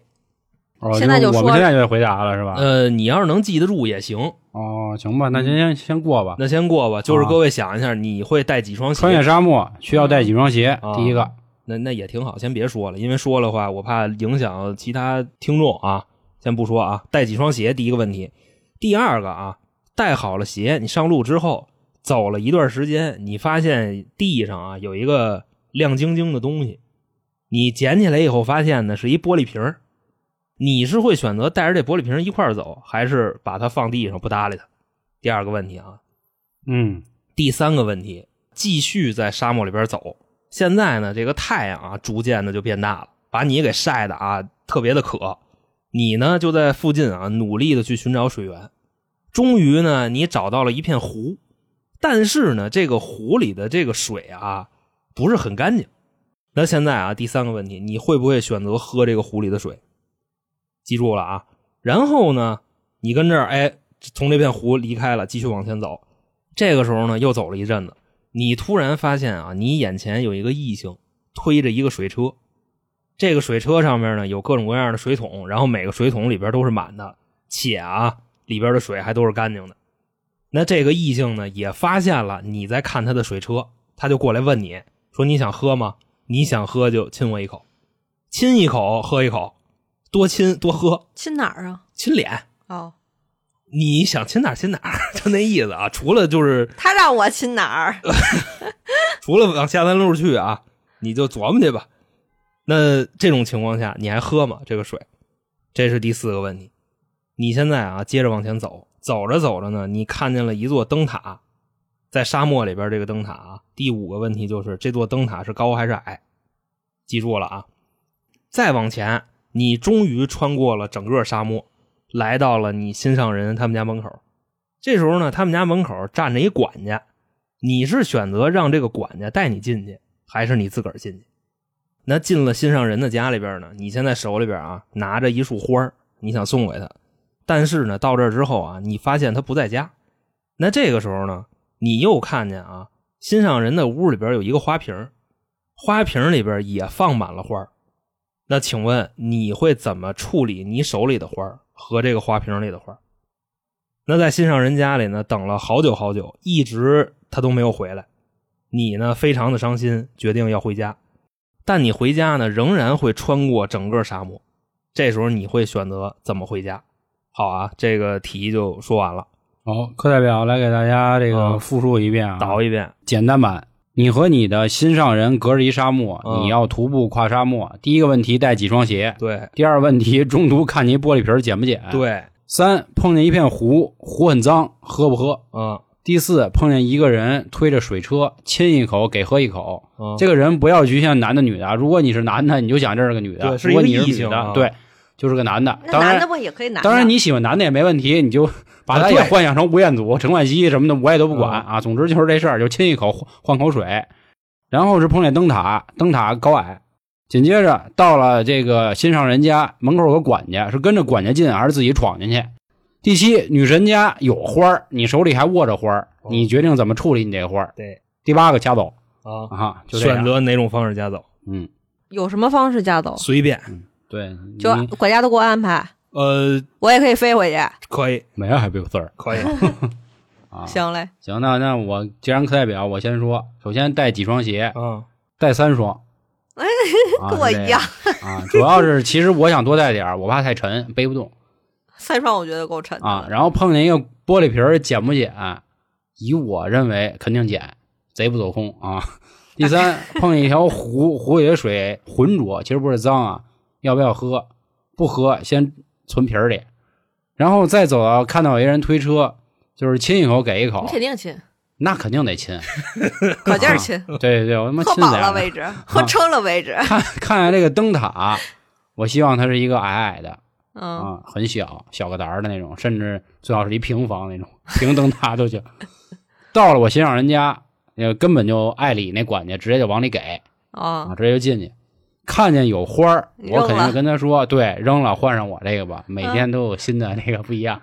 Speaker 5: 哦
Speaker 4: 现在
Speaker 5: 就是
Speaker 4: 就
Speaker 5: 我
Speaker 4: 说
Speaker 5: 们现在就得回答了是吧？
Speaker 3: 呃，你要是能记得住也行，
Speaker 5: 哦，行吧，那先先先过吧。
Speaker 3: 嗯那先过吧。就是
Speaker 5: 啊
Speaker 3: 各位想一下，你会带几双
Speaker 5: 穿越
Speaker 3: 鞋？
Speaker 5: 沙漠需要带几双鞋？
Speaker 3: 啊
Speaker 5: 第一个，
Speaker 3: 那那也挺好，先别说了，因为说了话我怕影响其他听众啊。先不说啊，带几双鞋，第一个问题。第二个啊，带好了鞋，你上路之后走了一段时间，你发现地上啊有一个亮晶晶的东西，你捡起来以后发现呢是一玻璃瓶儿你是会选择带着这玻璃瓶儿一块儿走，还是把它放地上不搭理它？第二个问题啊，
Speaker 5: 嗯，
Speaker 3: 第三个问题，继续在沙漠里边走，现在呢，这个太阳啊，逐渐的就变大了，把你给晒的啊，特别的渴。你呢，就在附近啊，努力的去寻找水源。终于呢，你找到了一片湖，但是呢，这个湖里的这个水啊，不是很干净。那现在啊，第三个问题，你会不会选择喝这个湖里的水？记住了啊。然后呢，你跟这儿哎，从这片湖离开了，继续往前走。这个时候呢，又走了一阵子，你突然发现啊，你眼前有一个异性推着一个水车，这个水车上面呢有各种各样的水桶，然后每个水桶里边都是满的，且啊里边的水还都是干净的。那这个异性呢也发现了你在看他的水车，他就过来问你说你想喝吗？你想喝就亲我一口，亲一口喝一口，多亲多喝，
Speaker 4: 亲哪儿啊？
Speaker 3: 亲脸。
Speaker 4: 哦，
Speaker 3: 你想亲哪儿亲哪儿， 就那意思啊。除了就是
Speaker 4: 他让我亲哪儿？
Speaker 5: 呃
Speaker 3: 除了往下三路去啊，你就琢磨去吧。那这种情况下，你还喝吗？这个水，这是第四个问题。你现在啊，接着往前走，走着走着呢，你看见了一座灯塔，在沙漠里边这个灯塔啊。第五个问题就是这座灯塔是高还是矮？记住了啊。再往前，你终于穿过了整个沙漠，来到了你心上人他们家门口。这时候呢，他们家门口站着一管家，你是选择让这个管家带你进去，还是你自个儿进去？那进了心上人的家里边呢，你现在手里边啊拿着一束花儿你想送给他，但是呢，到这儿之后啊，你发现他不在家。那这个时候呢，你又看见啊，心上人的屋里边有一个花瓶儿，花瓶儿里边也放满了花儿那请问你会怎么处理你手里的花儿和这个花瓶里的花儿？那在心上人家里呢，等了好久好久，一直他都没有回来。你呢，非常的伤心，决定要回家。但你回家呢，仍然会穿过整个沙漠。这时候你会选择怎么回家？好啊，这个题就说完了，
Speaker 5: 好，课代表来给大家这个
Speaker 3: 嗯
Speaker 5: 复述一遍啊，
Speaker 3: 倒一遍。
Speaker 5: 简单版。你和你的心上人隔着一沙漠，
Speaker 3: 嗯
Speaker 5: 你要徒步跨沙漠。第一个问题带几双鞋？
Speaker 3: 对
Speaker 5: 第二问题中途看你玻璃瓶儿捡不捡？。
Speaker 3: 对，
Speaker 5: 三碰见一片湖，湖很脏，喝不喝？
Speaker 3: 嗯
Speaker 5: 第四碰见一个人推着水车，亲一口给喝一口。
Speaker 3: 嗯，
Speaker 5: 这个人不要局限男的女的啊，如果你是男的，你就想这是个女的；
Speaker 3: 对是
Speaker 5: 如
Speaker 3: 一
Speaker 5: 果
Speaker 3: 个
Speaker 5: 你是
Speaker 3: 异
Speaker 5: 女
Speaker 3: 性
Speaker 5: 的，
Speaker 3: 啊
Speaker 5: 对，就是个男的。
Speaker 4: 那
Speaker 5: 当
Speaker 4: 男
Speaker 5: 然
Speaker 4: 的，不也可以男的？
Speaker 5: 当然你喜欢男的也没问题，你就把他也
Speaker 3: 对
Speaker 5: 幻想成吴彦祖、陈冠希什么的，我也都不管
Speaker 3: 嗯
Speaker 5: 啊。总之就是这事儿，就亲一口换换口水。然后是碰见灯塔，灯塔高矮。紧接着到了这个心上人家门口有个管家，是跟着管家进还是自己闯进去？第七，女神家有花儿，你手里还握着花儿，
Speaker 3: 哦
Speaker 5: 你决定怎么处理你这花儿？
Speaker 3: 对
Speaker 5: 第八个，夹走
Speaker 3: 啊，
Speaker 5: 啊，就这样
Speaker 3: 选，择哪种方式家走，
Speaker 5: 嗯，
Speaker 4: 有什么方式嫁走？
Speaker 3: 随便。
Speaker 5: 对，
Speaker 4: 就
Speaker 5: 你
Speaker 4: 管家都给我安排，
Speaker 3: 呃，
Speaker 4: 我也可以飞回去。
Speaker 5: 啊
Speaker 3: 可 以，
Speaker 5: 没有 happy 字儿
Speaker 3: 可以。
Speaker 5: 啊。
Speaker 4: 行嘞，
Speaker 5: 行，那那我既然课代表，我先说，首先带几双鞋，
Speaker 3: 嗯，
Speaker 5: 带三 双，啊
Speaker 4: 跟我啊一样，
Speaker 5: 是这样啊。主要是其实我想多带点儿，我怕太沉，背不动
Speaker 4: 三双我觉得够沉的
Speaker 5: 啊。
Speaker 4: 了。
Speaker 5: 然后碰见一个玻璃瓶儿，捡不捡？以我认为肯定捡，贼不走空啊。第三，碰见一条湖，湖里的水浑浊，其实不是脏啊，要不要喝？不喝，先存瓶儿里，然后再走到看到有一人推车，就是亲一口给一口
Speaker 4: 你，肯定
Speaker 5: 啊
Speaker 4: 亲，
Speaker 5: 那肯定得亲。
Speaker 4: 可劲儿亲，
Speaker 5: 对对对，我他妈
Speaker 4: 喝
Speaker 5: 亲死
Speaker 4: 饱了为止，
Speaker 5: 啊
Speaker 4: 喝撑了为止。
Speaker 5: 看看来这个灯塔，我希望它是一个矮矮的
Speaker 4: 嗯，
Speaker 5: 啊，很小小个胆儿的那种，甚至最好是一平房那种平灯塔都行。到了我心上人家，呃，根本就爱理那管家，直接就往里给啊，
Speaker 4: 哦，
Speaker 5: 直接就进去。看见有花儿，
Speaker 4: 你
Speaker 5: 我
Speaker 4: 扔
Speaker 5: 肯定
Speaker 4: 了嗯
Speaker 5: 就跟他说，对，扔了换上我这个吧，每天都有新的那个不一样，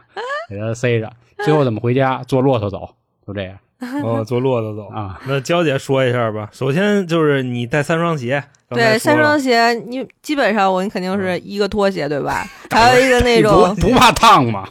Speaker 5: 给他塞着。最后怎么回家？坐骆驼走，就这样
Speaker 3: 嗯，坐骆驼走。
Speaker 5: 啊。
Speaker 3: 那娇姐说一下吧。首先就是你带三双鞋，刚才说
Speaker 4: 对，三
Speaker 3: 了
Speaker 4: 双鞋，你基本上我肯定
Speaker 5: 嗯
Speaker 4: 是一个拖鞋，对 吧？
Speaker 5: 哎
Speaker 4: 还有一个那种，
Speaker 5: 不怕烫吗？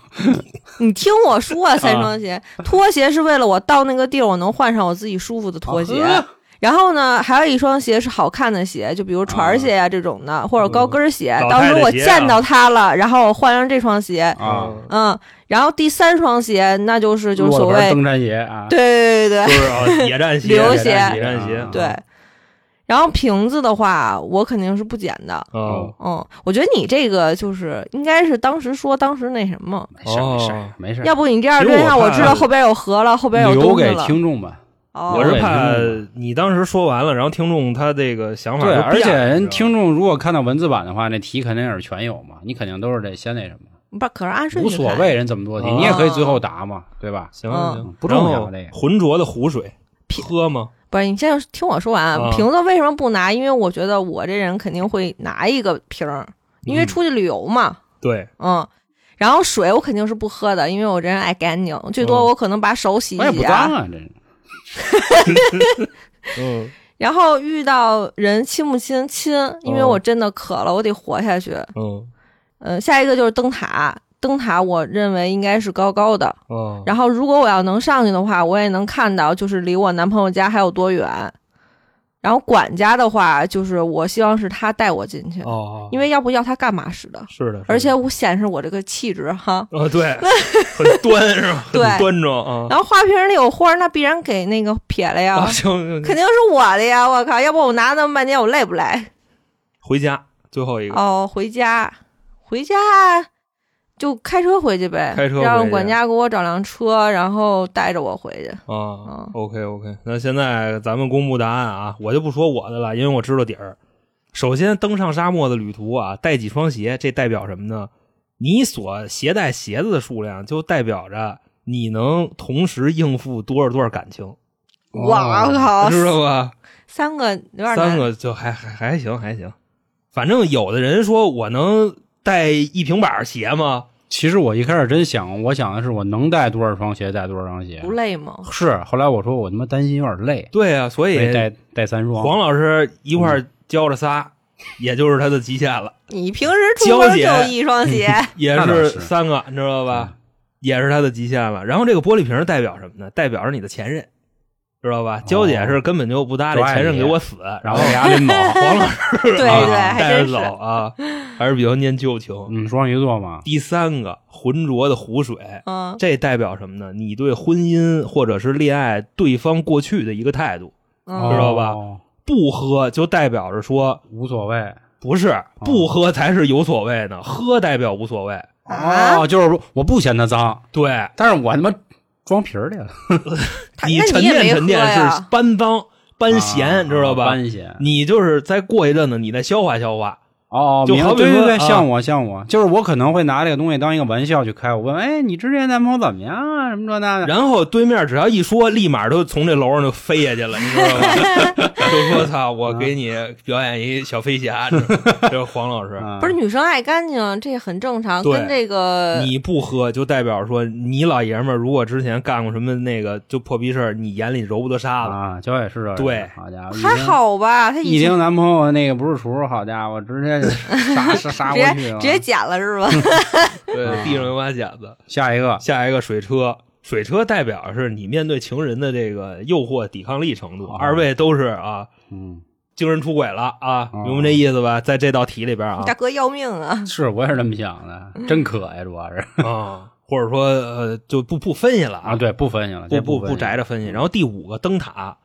Speaker 4: 你听我说啊，三双鞋，拖鞋是为了我到那个地儿，我能换上我自己舒服的拖鞋。
Speaker 5: 啊
Speaker 4: 然后呢，还有一双鞋是好看的鞋，就比如船儿鞋啊呀、这种的，或者高跟鞋。
Speaker 3: 嗯
Speaker 4: 到
Speaker 3: 啊老太
Speaker 4: 时候
Speaker 3: 太
Speaker 4: 我
Speaker 3: 鞋啊
Speaker 4: 见到它了，然后我换上这双鞋，
Speaker 5: 啊，
Speaker 4: 嗯，然后第三双鞋那就是就是
Speaker 5: 骆
Speaker 4: 所
Speaker 5: 驼
Speaker 4: 谓
Speaker 5: 登山鞋啊，
Speaker 4: 对对对
Speaker 3: 就
Speaker 4: 对
Speaker 3: 是 啊，野战鞋、
Speaker 4: 流
Speaker 3: 野战
Speaker 4: 鞋
Speaker 3: 野战鞋
Speaker 5: 啊，
Speaker 4: 对对。然后瓶子的话，我肯定是不捡的。
Speaker 3: 哦，
Speaker 4: 嗯，我觉得你这个就是应该是当时说当时那什么，
Speaker 5: 没事儿没事儿没事儿，
Speaker 4: 要不你这样
Speaker 3: 其实
Speaker 4: 对
Speaker 3: 我
Speaker 4: 让我
Speaker 3: 怕
Speaker 4: 知道后边有河了，后边有
Speaker 5: 留
Speaker 4: 东西
Speaker 5: 哦给
Speaker 4: 了。
Speaker 5: 听众们
Speaker 4: 哦，
Speaker 3: 我是
Speaker 5: 对
Speaker 3: 怕
Speaker 5: 听
Speaker 3: 你当时说完了，然后听众他这个想法
Speaker 5: 对，
Speaker 3: 就
Speaker 5: 而
Speaker 3: 变
Speaker 5: 且
Speaker 3: 了
Speaker 5: 人，
Speaker 3: 你知道吗
Speaker 5: 听众如果看到文字版的话，那题肯定也是全有嘛，你肯定都是得先那什么，
Speaker 4: 不，可是按顺
Speaker 5: 无
Speaker 4: 序
Speaker 5: 所
Speaker 4: 看
Speaker 5: 谓人怎么做题，
Speaker 3: 哦
Speaker 5: 你也可以最后答嘛，对吧？
Speaker 3: 行
Speaker 4: 嗯
Speaker 3: 行行，
Speaker 5: 不重要
Speaker 3: 然后
Speaker 5: 这个
Speaker 3: 浑浊的湖 水，喝吗？
Speaker 4: 不是，你先听我说完
Speaker 3: 啊。
Speaker 4: 啊瓶子为什么不拿？因为我觉得我这人肯定会拿一个瓶儿，因
Speaker 3: 嗯
Speaker 4: 为出去旅游嘛，
Speaker 3: 对，
Speaker 4: 嗯。然后水我肯定是不喝的，因为我这人爱干净，
Speaker 3: 嗯
Speaker 4: 最多我可能把手洗
Speaker 5: 我也
Speaker 4: 一
Speaker 5: 不
Speaker 4: 洗
Speaker 5: 脏
Speaker 4: 啊。
Speaker 5: 啊，这
Speaker 3: 嗯，
Speaker 4: 然后遇到人亲不亲亲，因为
Speaker 3: 哦
Speaker 4: 我真的渴了，我得活下去。
Speaker 3: 嗯
Speaker 4: 嗯，下一个就是灯塔，灯塔我认为应该是高高的。
Speaker 3: 哦，
Speaker 4: 然后如果我要能上去的话，我也能看到就是离我男朋友家还有多远。然后管家的话，就是我希望是他带我进去，
Speaker 3: 哦，
Speaker 4: 因为要不要他干嘛似的。
Speaker 3: 是的，是的
Speaker 4: 而且我显示我这个气质哈。
Speaker 3: 哦， 对，很端是吧？
Speaker 4: 对
Speaker 3: 很端庄啊。
Speaker 4: 然后花瓶里有花，那必然给那个撇了呀
Speaker 3: 啊，，行行，行
Speaker 4: 肯定是我的呀！我靠，要不我拿那么半天，我累不
Speaker 3: 哎
Speaker 4: 累？
Speaker 3: 回家最后一个，
Speaker 4: 哦，回家，回家就开车回去呗，
Speaker 3: 开车回去
Speaker 4: 让管家给我找辆车，然后带着我回去。
Speaker 3: 啊
Speaker 4: 嗯
Speaker 3: ，OK OK，那现在咱们公布答案啊，我就不说我的了，因为我知道底儿。首先，登上沙漠的旅途啊，带几双鞋，这代表什么呢？你所携带鞋子的数量，就代表着你能同时应付多少段感情，
Speaker 4: 哇我靠，
Speaker 3: 知道吧？
Speaker 4: 三个啊有点
Speaker 3: 三
Speaker 4: 难。
Speaker 3: 个就还还还行还行，反正有的人说我能带一平板儿鞋吗？
Speaker 5: 其实我一开始真想，我想的是我能带多少双鞋，带多少双鞋。
Speaker 4: 不累吗？
Speaker 5: 是，后来我说我他妈担心有点累，
Speaker 3: 对啊，所以
Speaker 5: 所以带嗯带三双。
Speaker 3: 黄老师一块儿教着仨，也就是他的极限了，
Speaker 4: 你平时出门就一双 鞋，
Speaker 3: 也
Speaker 5: 那倒
Speaker 3: 是
Speaker 5: 是嗯
Speaker 3: 三个，你知道吧？也是他的极限了。然后这个玻璃瓶代表什么呢？代表着你的前任，知道吧？娇姐是根本就不搭理
Speaker 5: 就爱
Speaker 3: 前任，
Speaker 5: 哦你
Speaker 3: 给我死，然
Speaker 5: 然
Speaker 3: 后
Speaker 5: 后给阿林走，
Speaker 3: 黄老师
Speaker 4: 对对，
Speaker 5: 啊
Speaker 4: 哎还
Speaker 3: 带
Speaker 4: 真
Speaker 3: 着
Speaker 4: 是
Speaker 3: 走。啊，还是比较念旧情。
Speaker 5: 嗯，双鱼座嘛，
Speaker 3: 第三个浑浊的湖水，
Speaker 4: 嗯，
Speaker 3: 这代表什么呢？你对婚姻或者是恋爱对方过去的一个态度。
Speaker 4: 嗯
Speaker 3: 知道吧
Speaker 5: 哦
Speaker 3: 不喝就代表着说
Speaker 5: 无所谓。
Speaker 3: 不
Speaker 5: 哦
Speaker 3: 是，不喝才是有所谓呢，喝代表无所谓。
Speaker 4: 啊
Speaker 5: 哦，就是我不嫌它脏，
Speaker 3: 对
Speaker 5: 但是我他妈装皮儿去了，
Speaker 4: 他
Speaker 3: 你
Speaker 4: 那
Speaker 3: 沉
Speaker 4: 你也
Speaker 3: 淀
Speaker 4: 没
Speaker 3: 沉淀
Speaker 4: 喝
Speaker 3: 是
Speaker 4: 呀
Speaker 3: 搬脏搬咸，
Speaker 5: 啊
Speaker 3: 知道吧？
Speaker 5: 搬咸。
Speaker 3: 你就是再过一阵子，你再消化消化。
Speaker 5: 哦，
Speaker 3: 就
Speaker 5: 明白
Speaker 3: 好比
Speaker 5: 对对
Speaker 3: 说
Speaker 5: 对，
Speaker 3: 啊
Speaker 5: 像我像我，就是我可能会拿这个东西当一个玩笑去开，我问，哎，你之前男朋友怎么样啊？什么这
Speaker 4: 嗯
Speaker 5: 那的？
Speaker 3: 然后对面只要一说，立马就从这楼上就飞下去了，你知道吗？ 就说操，
Speaker 5: 啊
Speaker 3: 我给你表演一小飞 侠，这这是黄老师。
Speaker 5: 啊
Speaker 4: 不是女生爱干净，这很正常，
Speaker 3: 对
Speaker 4: 跟这个
Speaker 3: 你不喝，就代表说你老爷们儿如果之前干过什么那个就破逼事儿，你眼里揉不得沙子。
Speaker 5: 啊，焦也是这，
Speaker 3: 对
Speaker 5: 好家伙，
Speaker 4: 还好吧？他
Speaker 5: 一
Speaker 4: 已经
Speaker 5: 听男朋友那个不是厨，好家伙，直接就 杀杀杀
Speaker 4: 直
Speaker 5: 过
Speaker 4: 接
Speaker 5: 去了。
Speaker 4: 直接剪了是吧？
Speaker 3: 对
Speaker 5: 啊
Speaker 3: 地上有把剪子。
Speaker 5: 下一个
Speaker 3: 下一个水车，水车代表是你面对情人的这个诱惑抵抗力程度。
Speaker 5: 哦
Speaker 3: 二位都是啊，
Speaker 5: 嗯，
Speaker 3: 精神出轨了啊，
Speaker 5: 哦
Speaker 3: 明白这意思吧？在这道题里边啊
Speaker 4: 大哥要命啊！
Speaker 5: 是我也是这么想的，
Speaker 4: 嗯
Speaker 5: 真渴呀，主要是
Speaker 3: 啊，或者说呃就不不分析了
Speaker 5: 哦啊，，对，不分析了，
Speaker 3: 不
Speaker 5: 这
Speaker 3: 不
Speaker 5: 分嗯
Speaker 3: 不
Speaker 5: 析
Speaker 3: 摘着分析。然后第五个灯塔。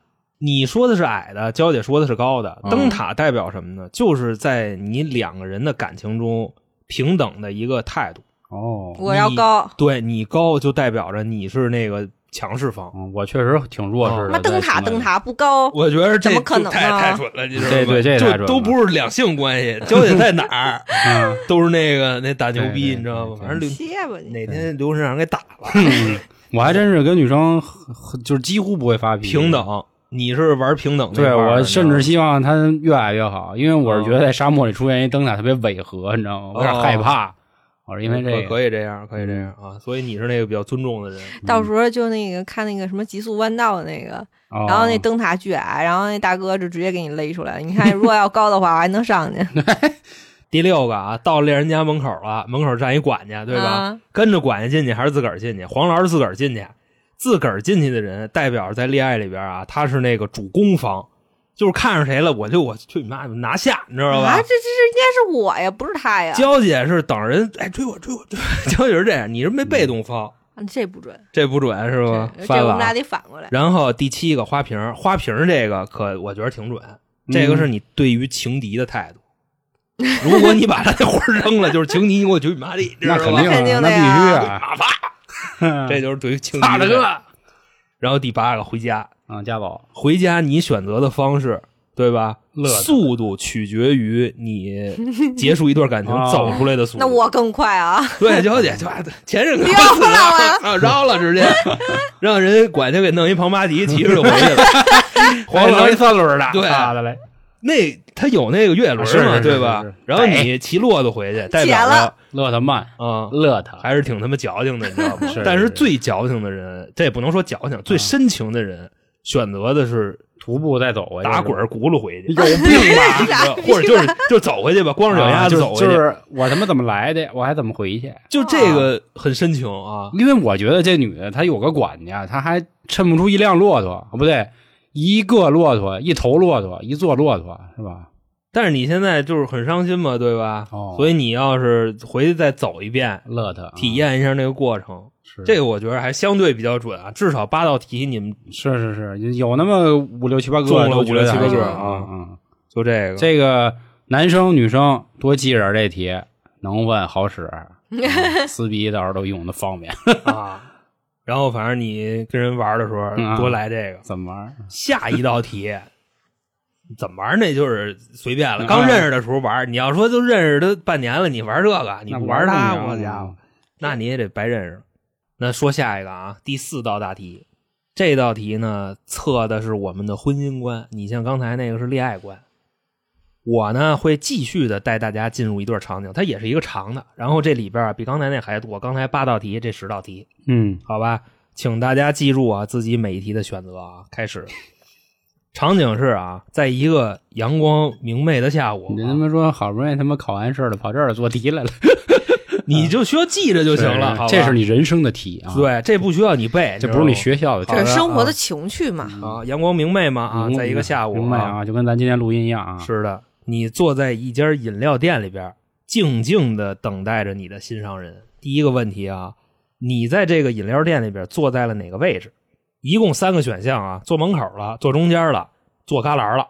Speaker 3: 你说的是矮的，娇姐说的是高的。
Speaker 5: 嗯
Speaker 3: 灯塔代表什么呢？就是在你两个人的感情中平等的一个态度。
Speaker 5: 哦，
Speaker 4: 我要高，
Speaker 3: 对你高，就代表着你是那个强势方。
Speaker 5: 嗯我确实挺弱
Speaker 3: 哦
Speaker 5: 势
Speaker 4: 妈
Speaker 5: 的。
Speaker 4: 灯塔
Speaker 5: 在情
Speaker 4: 灯
Speaker 5: 感里，
Speaker 4: 塔不高，
Speaker 3: 我觉得这
Speaker 4: 怎么可能呢
Speaker 3: 就太太蠢了，你知道吗？
Speaker 5: 对对这太
Speaker 3: 就
Speaker 5: 蠢了
Speaker 3: 都不是两性关 系，焦点在哪儿
Speaker 5: 嗯
Speaker 3: 都是那个那打牛
Speaker 5: 对
Speaker 3: 逼，
Speaker 5: 对
Speaker 3: 你知道吗？
Speaker 5: 对
Speaker 3: 反正刘
Speaker 4: 切吧你！
Speaker 3: 哪天刘神让人给打了，
Speaker 5: 我还真是跟女生很很就是几乎不会发脾气，
Speaker 3: 平。等，你是玩平等那块
Speaker 5: 嗯对
Speaker 3: 儿的
Speaker 5: 我甚至希望她越矮越好，因为我是觉得在沙漠里出现一灯塔特别违和，你知道吗？我有点害怕，我是因为这
Speaker 3: 可
Speaker 5: 个。嗯
Speaker 3: 可以这样，可以这样啊，所以你是那个比较尊重的人，
Speaker 4: 到时候就那个看那个什么极速弯道的那个，
Speaker 5: 哦
Speaker 4: 然后那灯塔巨矮，然后那大哥就直接给你勒出来。你看，如果要高的话，我还能上去，
Speaker 3: 第六个啊，到猎人家门口了，门口站一管 家，对吧？
Speaker 4: 啊
Speaker 3: 跟着管家进去还是自个儿进去？黄老师自个儿进去，自个儿进去的人，代表在恋爱里边啊，他是那个主攻方，就是看上谁了，我就我去你妈拿下，你知道吧？
Speaker 4: 啊，这这这应该是我呀，不是他呀。
Speaker 3: 娇姐是等人，哎，追我追我追我， 娇姐是这样，你是没被动方，
Speaker 4: 啊这不准，
Speaker 3: 这不准是吧？
Speaker 4: 这这
Speaker 3: 翻
Speaker 4: 我
Speaker 3: 了
Speaker 4: 们俩
Speaker 3: 啊。
Speaker 4: 得反过来。
Speaker 3: 然后第七个花瓶，花瓶这个可我觉得挺准，这个是你对于情敌的态度。
Speaker 5: 嗯
Speaker 3: 如果你把他那花扔了，就是情敌，你给我去你妈 的，知道
Speaker 5: 那
Speaker 3: 吧
Speaker 5: 肯定啊，
Speaker 4: 肯定
Speaker 5: 那
Speaker 4: 的
Speaker 5: 必
Speaker 4: 呀
Speaker 5: 须啊！
Speaker 3: 马趴，这就是对于情敌
Speaker 5: 大
Speaker 3: 的
Speaker 5: 大
Speaker 3: 态度
Speaker 5: 哥，
Speaker 3: 然后第八个回家，
Speaker 5: 啊，家宝，
Speaker 3: 回家你选择的方式，对吧？
Speaker 5: 乐的
Speaker 3: 速度取决于你结束一段 感情
Speaker 5: 啊
Speaker 3: 走出来的速度。
Speaker 4: 那我更快啊！
Speaker 3: 对娇姐就把 前任给
Speaker 4: 撩
Speaker 3: 死
Speaker 4: 了
Speaker 3: 啊，饶了 直接让人管他给弄一庞巴迪，骑着就回去了。
Speaker 5: 黄
Speaker 3: 轮
Speaker 5: 轮三轮的，
Speaker 3: 对
Speaker 5: 啊的嘞，
Speaker 3: 那他有那个越野轮
Speaker 5: 是是
Speaker 3: 嘛，
Speaker 5: 是
Speaker 3: 对吧
Speaker 5: 是是？
Speaker 3: 然后你骑骆驼回去，代
Speaker 4: 铁
Speaker 3: 表
Speaker 4: 了
Speaker 5: 乐他慢，
Speaker 3: 啊，
Speaker 5: 乐他，
Speaker 3: 还是挺他妈矫情的，你知道吗？
Speaker 5: 是
Speaker 3: 但
Speaker 5: 是嗯
Speaker 3: 是
Speaker 5: 是
Speaker 3: 最矫情的人，这也不能说矫情，最深情的人选择的是
Speaker 5: 徒步再走回去，
Speaker 3: 打滚儿轱辘回去。
Speaker 5: 有病吧？
Speaker 3: 或者就是就走回去吧，光着脚丫
Speaker 5: 哎啊
Speaker 3: 子
Speaker 5: 就
Speaker 3: 走回去，
Speaker 5: 就是我他妈怎么来的，我还怎么回去？
Speaker 3: 就这个很深情啊，
Speaker 5: 因为我觉得这女的她有个管家，她还衬不出一辆骆驼，啊不对，一个骆驼，一头骆驼，一座骆驼，是吧？
Speaker 3: 但是你现在就是很伤心嘛，对吧？
Speaker 5: 哦
Speaker 3: 所以你要是回去再走一遍，
Speaker 5: 乐他
Speaker 3: 体验一下那个过程，
Speaker 5: 是
Speaker 3: 这个我觉得还相对比较准啊。至少八道题你们
Speaker 5: 啊是是是，有那么五六七八个，
Speaker 3: 中了
Speaker 5: 我觉
Speaker 3: 五
Speaker 5: 得
Speaker 3: 六七
Speaker 4: 八个
Speaker 5: 还行啊啊！
Speaker 3: 就这个，
Speaker 5: 这个男生女生多记人这题，能问 好使，嗯撕逼到时候都用的方便。
Speaker 3: 啊。 然后反正你跟人玩的时候
Speaker 5: 嗯啊
Speaker 3: 多来这个，
Speaker 5: 怎么
Speaker 3: 嗯
Speaker 5: 玩？
Speaker 3: 下一道题。怎么玩那就是随便了。刚认识的时候玩，你要说都认识他半年了，你玩这个，啊你
Speaker 5: 那
Speaker 3: 不玩它，
Speaker 5: 玩不
Speaker 3: 我
Speaker 5: 了
Speaker 3: 家伙，那你也得白认识了。那说下一个啊，第四道大题，这道题呢测的是我们的婚姻观。你像刚才那个是恋爱观，我呢会继续的带大家进入一段场景，它也是一个长的。然后这里边啊比刚才那还多，刚才八道题，这十道题，
Speaker 5: 嗯，
Speaker 3: 好吧？请大家记住啊，自己每一题的选择啊。开始，场景是啊，在一个阳光明媚的下午
Speaker 5: 你
Speaker 3: 啊、
Speaker 5: 他妈说好不容易他妈考完试了，跑这儿做题来了
Speaker 3: 你就需要记着就行了，好吧
Speaker 5: 这是你人生的题啊，，
Speaker 3: 对，这不需要你背，
Speaker 5: 这不是你
Speaker 3: 知道吗
Speaker 5: 学校的题
Speaker 3: 好
Speaker 4: 这
Speaker 3: 的
Speaker 4: 是生活的情趣嘛。
Speaker 3: 啊，阳光明媚嘛啊，
Speaker 5: 明
Speaker 3: 在一个下午
Speaker 5: 明白啊，就跟咱今天录音一样啊，
Speaker 3: 是的，你坐在一家饮料店里边，静静的等待着你的心上人。第一个问题啊，你在这个饮料店里边坐在了哪个位置？一共三个选项啊，坐门口了，坐中间了，坐旮旯了。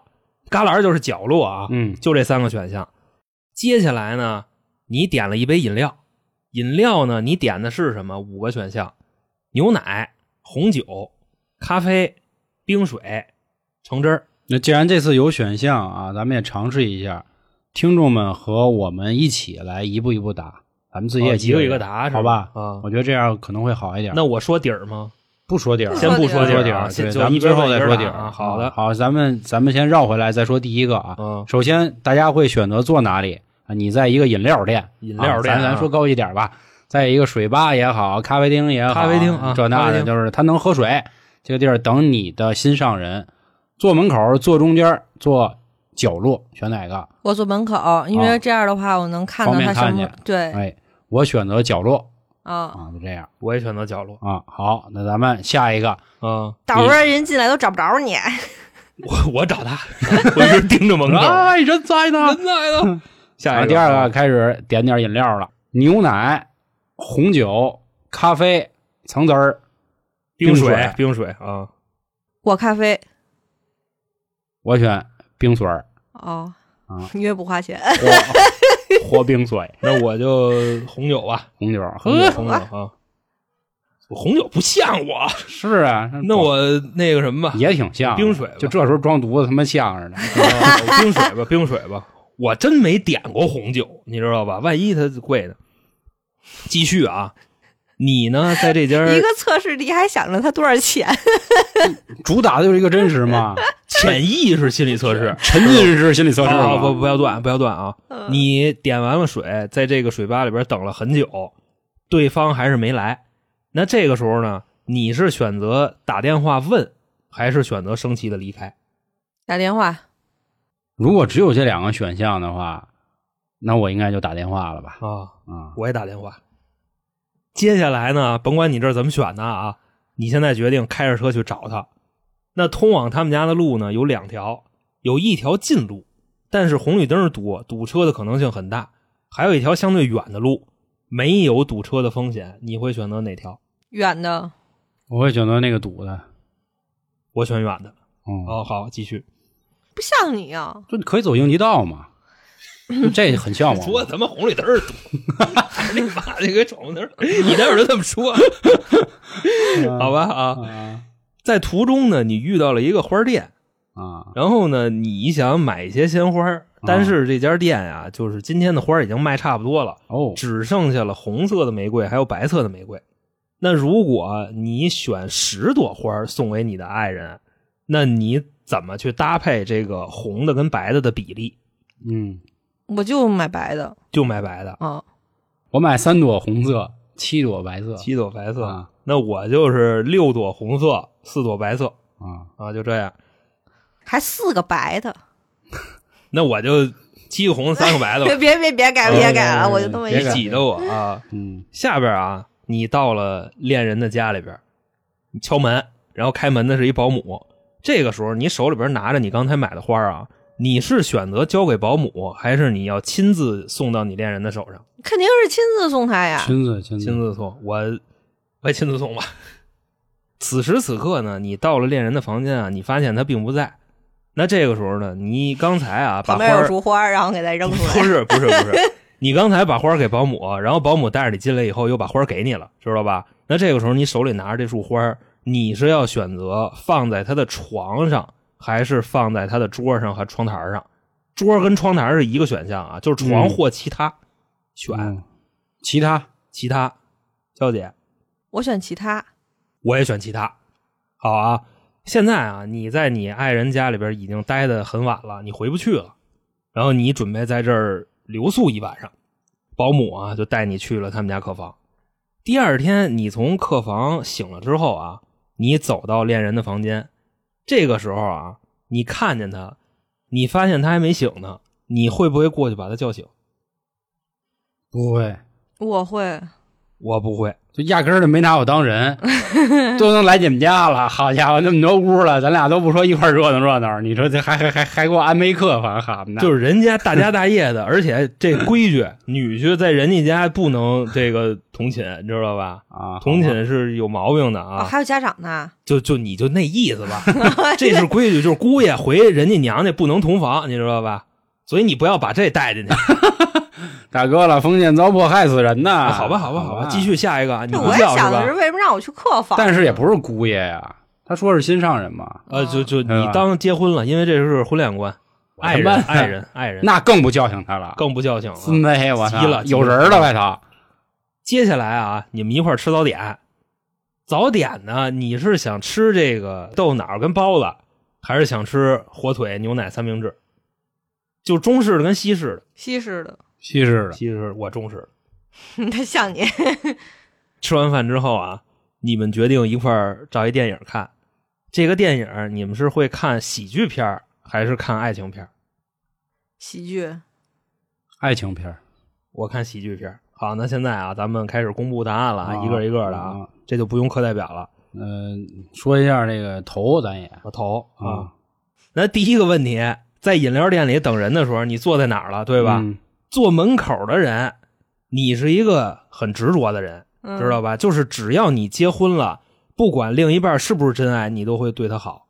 Speaker 3: 旮旯就是角落啊，
Speaker 5: 嗯，
Speaker 3: 就这三个选项。接下来呢，你点了一杯饮料，饮料呢，你点的是什么？五个选项：牛奶、红酒、咖啡、冰水、橙汁儿。
Speaker 5: 那既然这次有选项啊，咱们也尝试一下，听众们和我们一起来一步一步答，咱们自己
Speaker 3: 哦
Speaker 5: 也
Speaker 3: 一
Speaker 5: 记
Speaker 3: 个
Speaker 5: 着
Speaker 3: 一个答是吧
Speaker 5: 好吧？
Speaker 3: 啊
Speaker 5: 我觉得这样可能会好一点。
Speaker 3: 那我说底儿吗？
Speaker 5: 不说底儿，
Speaker 4: 不
Speaker 3: 先不说
Speaker 5: 说
Speaker 3: 底儿啊
Speaker 5: 底儿，
Speaker 3: 先
Speaker 5: 对，
Speaker 3: 就
Speaker 5: 咱
Speaker 3: 一边
Speaker 5: 们最后
Speaker 3: 问一
Speaker 5: 再
Speaker 3: 边
Speaker 5: 说
Speaker 3: 答
Speaker 5: 底
Speaker 3: 啊
Speaker 5: 儿。
Speaker 3: 好的
Speaker 5: 好，咱们咱们先绕回来再说第一个啊。
Speaker 3: 嗯
Speaker 5: 首先大家会选择坐哪里啊？你在一个饮料店，
Speaker 3: 饮料店啊
Speaker 5: 啊咱咱说高一点吧，在一个水吧也好，咖啡厅也好，
Speaker 3: 咖啡厅啊
Speaker 5: 这那
Speaker 3: 咖啡
Speaker 5: 的，
Speaker 3: 厅
Speaker 5: 就是他能喝水，这个地儿等你的心上人，坐门口，坐中间，坐角落，选哪个？
Speaker 4: 我坐门口，因为
Speaker 5: 啊
Speaker 4: 这样的话我能看到
Speaker 5: 方便
Speaker 4: 他什么
Speaker 5: 看。
Speaker 4: 对
Speaker 5: 哎，我选择角落
Speaker 4: 啊，
Speaker 5: 啊，就这样
Speaker 3: 我也选择角落
Speaker 5: 啊。好，那咱们下一个，
Speaker 3: 啊，
Speaker 4: 到时候人进来都找不着你。
Speaker 3: 我我找 他，我一直盯着门口。
Speaker 5: 哎，人在呢，
Speaker 3: 人在呢。下
Speaker 5: 啊，
Speaker 3: 一
Speaker 5: 第二个开始点点饮料了，牛奶、红酒、咖啡、橙汁儿。
Speaker 3: 冰
Speaker 5: 水
Speaker 3: 冰水啊，
Speaker 4: 我咖啡
Speaker 5: 我选冰水儿，
Speaker 4: 哦
Speaker 5: 啊，
Speaker 4: 因为不花钱。
Speaker 5: 活 活冰水，
Speaker 3: 那我就红酒 吧，
Speaker 5: 红酒。
Speaker 3: 红酒红酒啊。我红酒不像我，
Speaker 5: 是啊，
Speaker 3: 嗯那我那个什么吧，
Speaker 5: 也挺像
Speaker 3: 冰水吧
Speaker 5: 就这时候装犊子他妈 像似的。
Speaker 3: 啊冰水吧，冰水吧。我真没点过红酒，你知道吧？万一它贵呢？继续啊，你呢，在这 家
Speaker 4: 一个测试题还想着他多少钱，
Speaker 5: 主打的就是一个真 实嘛，
Speaker 3: 潜意识心理测试，
Speaker 5: 沉浸式心理测试
Speaker 3: 啊
Speaker 5: 嘛。
Speaker 3: 不不要断，不要断啊！
Speaker 4: 嗯
Speaker 3: 你点完了水，在这个水吧里边等了很久，对方还是没来。那这个时候呢，你是选择打电话问，还是选择生气的离开？
Speaker 4: 打电话
Speaker 5: 如果只有这两个选项的话，那我应该就打电话了吧？
Speaker 3: 啊，
Speaker 5: 啊，
Speaker 3: 我也打电话。接下来呢，甭管你这儿怎么选的啊，你现在决定开着车去找他。那通往他们家的路呢有两条，有一条近路，但是红绿灯多，堵车的可能性很大；还有一条相对远的路，没有堵车的风险。你会选择哪条？
Speaker 4: 远的，
Speaker 5: 我会选择那个赌的。
Speaker 3: 我选远的。
Speaker 5: 嗯，
Speaker 3: 哦，好，继续。
Speaker 4: 不像你啊，
Speaker 5: 就可以走应急道嘛，就这很像我
Speaker 3: 说
Speaker 5: 嘛。
Speaker 3: 他妈红绿灯儿堵， 你 妈的给闯红灯儿，你待会儿就这么说，好吧啊。
Speaker 5: 啊，
Speaker 3: 在途中呢，你遇到了一个花店，
Speaker 5: 啊，
Speaker 3: 然后呢，你想买一些鲜花，
Speaker 5: 嗯
Speaker 3: 但是这家店啊，就是今天的花已经卖差不多了，
Speaker 5: 哦，
Speaker 3: 只剩下了红色的玫瑰还有白色的玫瑰。那如果你选十朵花送给你的爱人，那你怎么去搭配这个红的跟白的的比例？
Speaker 5: 嗯，
Speaker 4: 我就买白的
Speaker 3: 就买白的，
Speaker 4: 啊，
Speaker 5: 我买三朵红色，七朵白色，
Speaker 3: 七朵白色。
Speaker 5: 啊
Speaker 3: 那我就是六朵红色，四朵白色
Speaker 5: 啊，
Speaker 3: 啊，就这样。
Speaker 4: 还四个白的，
Speaker 3: 那我就七个红，三个白的吧
Speaker 4: 别。别别别改
Speaker 5: 哦
Speaker 4: 别改了，
Speaker 5: 别
Speaker 4: 我就这么一
Speaker 5: 别
Speaker 3: 别
Speaker 5: 改
Speaker 4: 说。
Speaker 3: 挤着我啊！
Speaker 5: 嗯
Speaker 3: 下边啊，你到了恋人的家里边，你敲门，然后开门的是一保姆。这个时候，你手里边拿着你刚才买的花啊，你是选择交给保姆，还是你要亲自送到你恋人的手上？
Speaker 4: 肯定是亲自送他
Speaker 3: 啊
Speaker 4: 呀，
Speaker 5: 亲自亲
Speaker 3: 亲
Speaker 5: 自，
Speaker 3: 自送，我我也亲自送吧。此时此刻呢，你到了恋人的房间啊，你发现他并不在。那这个时候呢，你刚才啊把
Speaker 4: 旁
Speaker 3: 花
Speaker 4: 边有
Speaker 3: 儿
Speaker 4: 束花，然后给它扔出
Speaker 3: 不
Speaker 4: 来。
Speaker 3: 是 不是不是，你刚才把花给保姆，然后保姆带着你进来以后又把花给你了，知道吧？那这个时候你手里拿着这束花，你是要选择放在他的床上，还是放在他的桌上和窗台上？桌跟窗台是一个选项啊，就是床
Speaker 5: 嗯
Speaker 3: 或其他，选、
Speaker 5: 嗯其他
Speaker 3: 其他。娇姐，
Speaker 4: 我选其他，
Speaker 3: 我也选其他。好啊，现在啊，你在你爱人家里边已经待得很晚了，你回不去了，然后你准备在这儿留宿一晚上。保姆啊，就带你去了他们家客房。第二天，你从客房醒了之后啊，你走到恋人的房间，这个时候啊，你看见他，你发现他还没醒呢，你会不会过去把他叫醒？
Speaker 5: 不会，
Speaker 4: 我会
Speaker 3: 啊我不会，
Speaker 5: 就压根儿就没拿我当人，都能来你们家了，好家伙，那么多屋了，咱俩都不说一块儿热闹热闹，你说这还还还还给我安排客，反正好呢，
Speaker 3: 就是人家大家大业的，而且 这规矩，女婿在人家家不能这个同寝，你知道吧？
Speaker 5: 啊，
Speaker 3: 同
Speaker 5: 好吧
Speaker 3: 寝是有毛病的
Speaker 4: 啊，
Speaker 3: 啊！
Speaker 4: 还有家长呢，
Speaker 3: 就就你就那意思 吧，这是规矩，就是姑爷回人家娘家不能同房，你知道吧？所以你不要把这带进去，
Speaker 5: 大哥了，封建糟粕害死人呐，
Speaker 3: 啊好吧？好吧，好吧，继。续下一个啊！你
Speaker 4: 这
Speaker 3: 不
Speaker 4: 我也
Speaker 3: 叫
Speaker 4: 想的是
Speaker 3: 吧？
Speaker 4: 为什么让我去客房？
Speaker 5: 但是也不是姑爷呀，他说是心上人嘛，
Speaker 3: 呃，就就
Speaker 5: 对吧
Speaker 3: 你当结婚了，因为这是婚恋观，爱
Speaker 5: 我
Speaker 3: 人，
Speaker 5: 他妈的
Speaker 3: 爱人，爱人，
Speaker 5: 那更不教训他了，
Speaker 3: 更不叫醒了。
Speaker 5: 孙子嘿，我操
Speaker 3: 急了急了啊
Speaker 5: 有人了，外头
Speaker 3: 接下来啊，你们一块儿吃早点。早点呢，你是想吃这个豆脑儿跟包子，还是想吃火腿、牛奶、三明治？就中式的跟西式
Speaker 4: 西式的，
Speaker 5: 西式
Speaker 3: 的，
Speaker 5: 的，
Speaker 3: 西式我中式的。
Speaker 4: 他 像你，
Speaker 3: 吃完饭之后啊，你们决定一块儿找一电影看。这个电影儿你们是会看喜剧片儿还是看爱情片儿？
Speaker 4: 喜剧
Speaker 5: 爱情片儿
Speaker 3: 我看喜剧片儿。好，那现在啊，咱们开始公布答案了，啊，一个一个的啊，，这就不用课代表了。
Speaker 5: 嗯，说一下这个头，咱也
Speaker 3: 我投啊。
Speaker 5: 啊，
Speaker 3: 那第一个问题，在饮料店里等人的时候，你坐在哪儿了，对
Speaker 5: 对
Speaker 3: 吧？？坐门口的人，你是一个很执着的人，
Speaker 4: 嗯
Speaker 3: 知道吧？就是只要你结婚了，不管另一半是不是真爱，你都会对他好。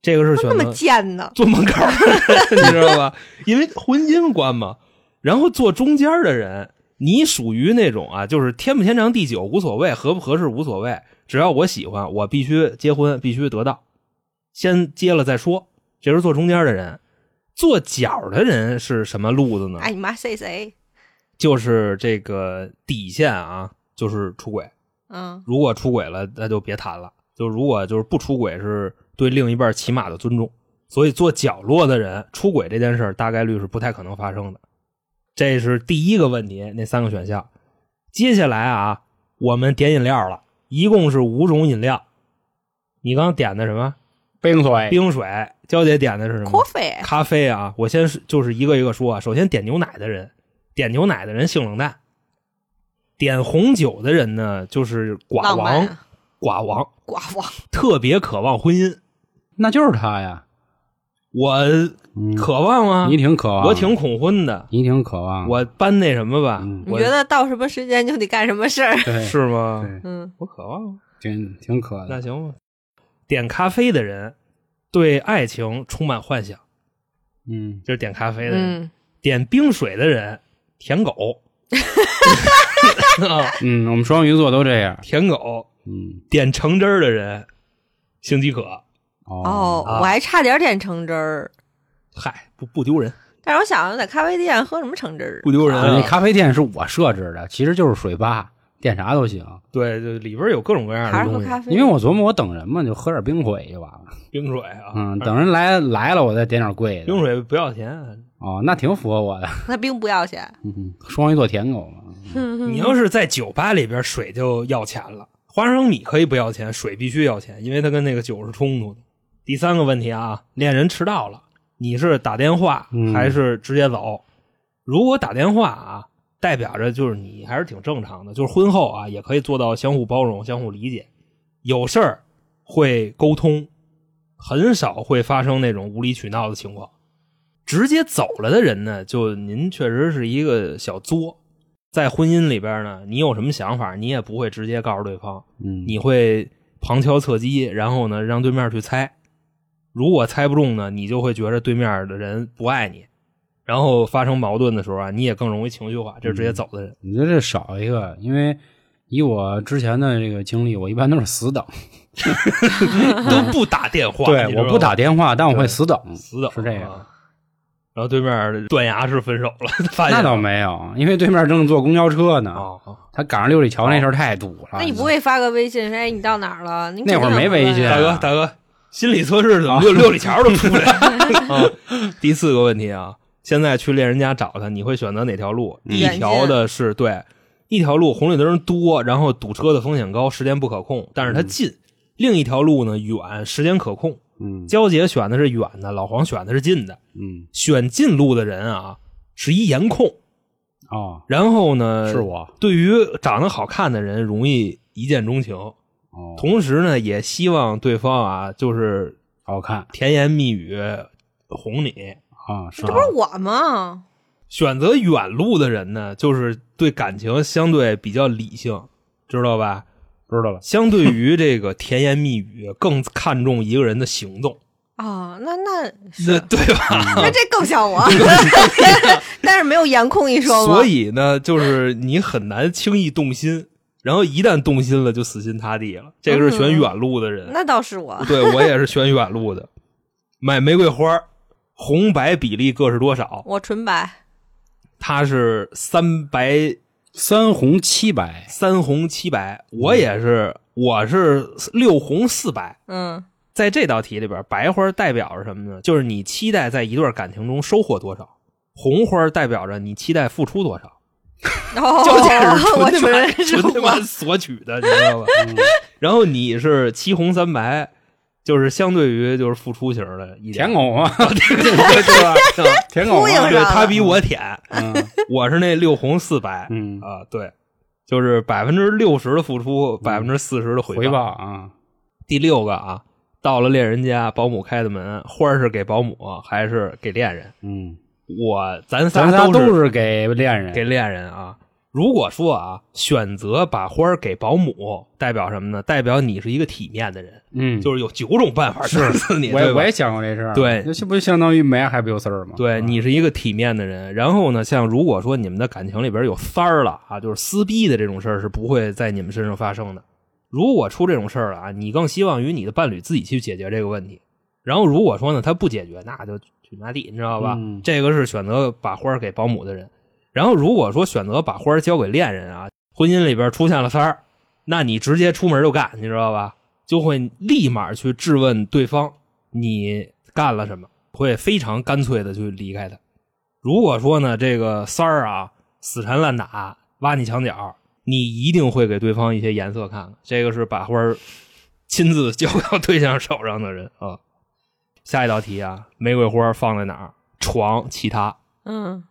Speaker 3: 这个是选
Speaker 4: 那么
Speaker 3: 择
Speaker 4: 贱呢？
Speaker 3: 坐门口的人，你知道吧？因为婚姻观嘛。然后坐中间的人，你属于那种啊，就是天不天长地久无所谓，合不合适无所谓，只要我喜欢，我必须结婚，必须得到，先结了再说。这是坐中间的人。坐角的人是什么路子呢？
Speaker 4: 哎，你妈谁谁？
Speaker 3: 就是这个底线啊，就是出轨。
Speaker 4: 嗯，
Speaker 3: 如果出轨了，那就别谈了。就如果就是不出轨，是对另一半起码的尊重。所以做角落的人出轨这件事儿，大概率是不太可能发生的。这是第一个问题，那三个选项。接下来啊，我们点饮料了，一共是五种饮料。你刚点的什么？
Speaker 5: 冰水，
Speaker 3: 冰水。娇姐点的是什么
Speaker 4: 咖？啡，
Speaker 3: 咖啡啊。我先是就是一个一个说啊。首先点牛奶的人，点牛奶的人性冷淡；点红酒的人呢，就是寡
Speaker 4: 浪
Speaker 3: 王
Speaker 4: 漫，啊，
Speaker 3: 寡王，
Speaker 4: 寡王，
Speaker 3: 特别渴望婚姻。
Speaker 5: 那就是他呀，
Speaker 3: 我
Speaker 5: 嗯
Speaker 3: 渴望啊，
Speaker 5: 你挺渴望，
Speaker 3: 我挺恐婚的，
Speaker 5: 你挺渴望，
Speaker 3: 我搬那什么吧？
Speaker 5: 嗯
Speaker 4: 你
Speaker 3: 我
Speaker 4: 觉得到什么时间就得干什么事儿？
Speaker 5: 对
Speaker 3: 是吗？
Speaker 5: 对嗯
Speaker 4: 嗯，
Speaker 3: 我渴望啊，
Speaker 5: 挺挺渴
Speaker 3: 那
Speaker 5: 的，
Speaker 3: 行吧。点咖啡的人对爱情充满幻想，
Speaker 5: 嗯，
Speaker 3: 就是点咖啡的人；
Speaker 4: 嗯，
Speaker 3: 点冰水的人，舔狗。啊
Speaker 5: 嗯，我们双鱼座都这样，
Speaker 3: 舔狗。
Speaker 5: 嗯，
Speaker 3: 点橙汁儿的人，性饥渴。
Speaker 4: 哦，我还差点点橙汁儿，
Speaker 3: 嗨，不不丢人，
Speaker 4: 但是我想在咖啡店喝什么橙汁儿？
Speaker 3: 不丢人
Speaker 5: 那
Speaker 3: 啊！
Speaker 5: 咖啡店是我设置的，其实就是水吧，点啥都行。
Speaker 3: 对，就里边有各种各样
Speaker 4: 还
Speaker 3: 的
Speaker 4: 是喝
Speaker 3: 东西，
Speaker 4: 咖啡？
Speaker 5: 因为我琢磨我等人嘛，就喝点冰水就完了。
Speaker 3: 冰水啊，
Speaker 5: 嗯，等人来来了，我再点点贵的。
Speaker 3: 冰水不要钱。啊
Speaker 5: 哦，那挺符合我的。
Speaker 4: 那冰不要钱。
Speaker 5: 嗯双鱼座舔狗嘛，
Speaker 4: 嗯
Speaker 3: 你要是在酒吧里边，水就要钱了。花生米可以不要钱，水必须要钱，因为它跟那个酒是冲突的。第三个问题啊，恋人迟到了，你是打电话
Speaker 5: 嗯
Speaker 3: 还是直接走？如果打电话啊，代表着就是你还是挺正常的，就是婚后啊也可以做到相互包容、相互理解，有事儿会沟通，很少会发生那种无理取闹的情况。直接走了的人呢，就您确实是一个小作，在婚姻里边呢，你有什么想法，你也不会直接告诉对方，
Speaker 5: 嗯，
Speaker 3: 你会旁敲侧击，然后呢让对面去猜。如果猜不中呢，你就会觉得对面的人不爱你，然后发生矛盾的时候啊，你也更容易情绪化，这是直
Speaker 5: 嗯
Speaker 3: 接走的人。
Speaker 5: 你觉得这少一个，因为以我之前的这个经历，我一般都是死等。
Speaker 3: 都不打电话，你
Speaker 5: 对，
Speaker 3: 知道
Speaker 5: 我
Speaker 3: 吗
Speaker 5: 不打电话，但我会死等。
Speaker 3: 死等
Speaker 5: 是这个
Speaker 3: 啊然后对面断崖式分手了， 发现
Speaker 5: 那倒啊没有，因为对面正坐公交车呢，
Speaker 3: 哦，
Speaker 5: 他赶上六里桥那事儿太堵了。
Speaker 4: 那你不会发个微信说哎你到哪儿了？你
Speaker 5: 那会儿没微信
Speaker 3: 大哥，大哥，心理测
Speaker 5: 啊
Speaker 3: 试怎么六六里桥都出来 了？啊，第四个问题啊，现在去恋人家找他，你会选择哪条路？
Speaker 5: 嗯
Speaker 3: 一条的是对，一条路红绿灯多，然后堵车的风险高，时间不可控，但是它近；另一条路呢远，时间可控。
Speaker 5: 嗯
Speaker 3: 娇姐选的是远的，老黄选的是近的。
Speaker 5: 嗯
Speaker 3: 选近路的人啊，是一颜控，
Speaker 5: 哦，
Speaker 3: 然后呢，
Speaker 5: 是我
Speaker 3: 对于长得好看的人容易一见钟情，
Speaker 5: 哦，
Speaker 3: 同时呢也希望对方啊就是
Speaker 5: 好看
Speaker 3: 甜言蜜语哄你。
Speaker 5: 啊，是
Speaker 4: 这
Speaker 5: 吧
Speaker 4: 不是我吗？
Speaker 3: 选择远路的人呢，就是对感情相对比较理性，知道吧？
Speaker 5: 知道了。
Speaker 3: 相对于这个甜言蜜语，更看重一个人的行动，
Speaker 4: 啊，那那
Speaker 3: 那
Speaker 4: 是嗯
Speaker 3: 对
Speaker 4: 那
Speaker 3: 吧？
Speaker 4: 这更像 我， 但是没有颜控一说吗？
Speaker 3: 所以呢，就是你很难轻易动心，然后一旦动心了，就死心塌地了。这个是选远路的人，
Speaker 4: 嗯那倒是我。
Speaker 3: 对我也是选远路的。买玫瑰花，红白比例各是多少？
Speaker 4: 我纯白，
Speaker 3: 它是三白
Speaker 5: 三红七白，
Speaker 3: 三红七白，我也是，我是六红四白。
Speaker 4: 嗯，
Speaker 3: 在这道题里边，白花代表着什么呢？就是你期待在一段感情中收获多少，红花代表着你期待付出多少。
Speaker 4: 然后
Speaker 3: 交界 是
Speaker 4: 哦我
Speaker 3: 纯他妈
Speaker 4: 纯是
Speaker 3: 纯他妈
Speaker 4: 我，
Speaker 3: 索取的，你知道 吧？嗯然后你是七红三白，就是相对于就是付出型的一点
Speaker 5: 舔，狗啊嘛，
Speaker 3: 对 吧？
Speaker 5: 舔狗
Speaker 4: 呼应
Speaker 5: 嘛，
Speaker 4: 上
Speaker 3: 对
Speaker 4: 了
Speaker 3: 他比我舔，
Speaker 5: 嗯
Speaker 3: 我是那六红四白
Speaker 5: 嗯，
Speaker 3: 啊，对，就是百分之六十的付出，百分之四十的
Speaker 5: 回报啊，
Speaker 3: 第六个啊，到了恋人家，保姆开的门，花儿是给保姆还是给恋人？
Speaker 5: 嗯，
Speaker 3: 我咱仨
Speaker 5: 咱仨
Speaker 3: 都
Speaker 5: 都是给恋人，
Speaker 3: 给恋人啊。如果说啊，选择把花儿给保姆，代表什么呢？代表你是一个体面的人，
Speaker 5: 嗯，
Speaker 3: 就是有九种办法整死你，
Speaker 5: 我也
Speaker 3: 对吧
Speaker 5: 我也想过这事儿，啊
Speaker 3: 对
Speaker 5: 那这不就相当于没 happy 有事儿吗？啊
Speaker 3: 对你是一个体面的人。然后呢，像如果说你们的感情里边有三儿了啊，就是撕逼的这种事儿是不会在你们身上发生的。如果出这种事儿了啊，你更希望与你的伴侣自己去解决这个问题。然后如果说呢，他不解决，那就去拿地，你知道吧？
Speaker 5: 嗯
Speaker 3: 这个是选择把花儿给保姆的人。然后如果说选择把花儿交给恋人啊，婚姻里边出现了三儿，那你直接出门就干，你知道吧？就会立马去质问对方你干了什么，会非常干脆的去离开他。如果说呢，这个三儿啊死缠烂打，挖你墙角，你一定会给对方一些颜色看看。这个是把花儿亲自交到对象手上的人啊。下一道题啊，玫瑰花放在哪儿？床，其他，
Speaker 4: 嗯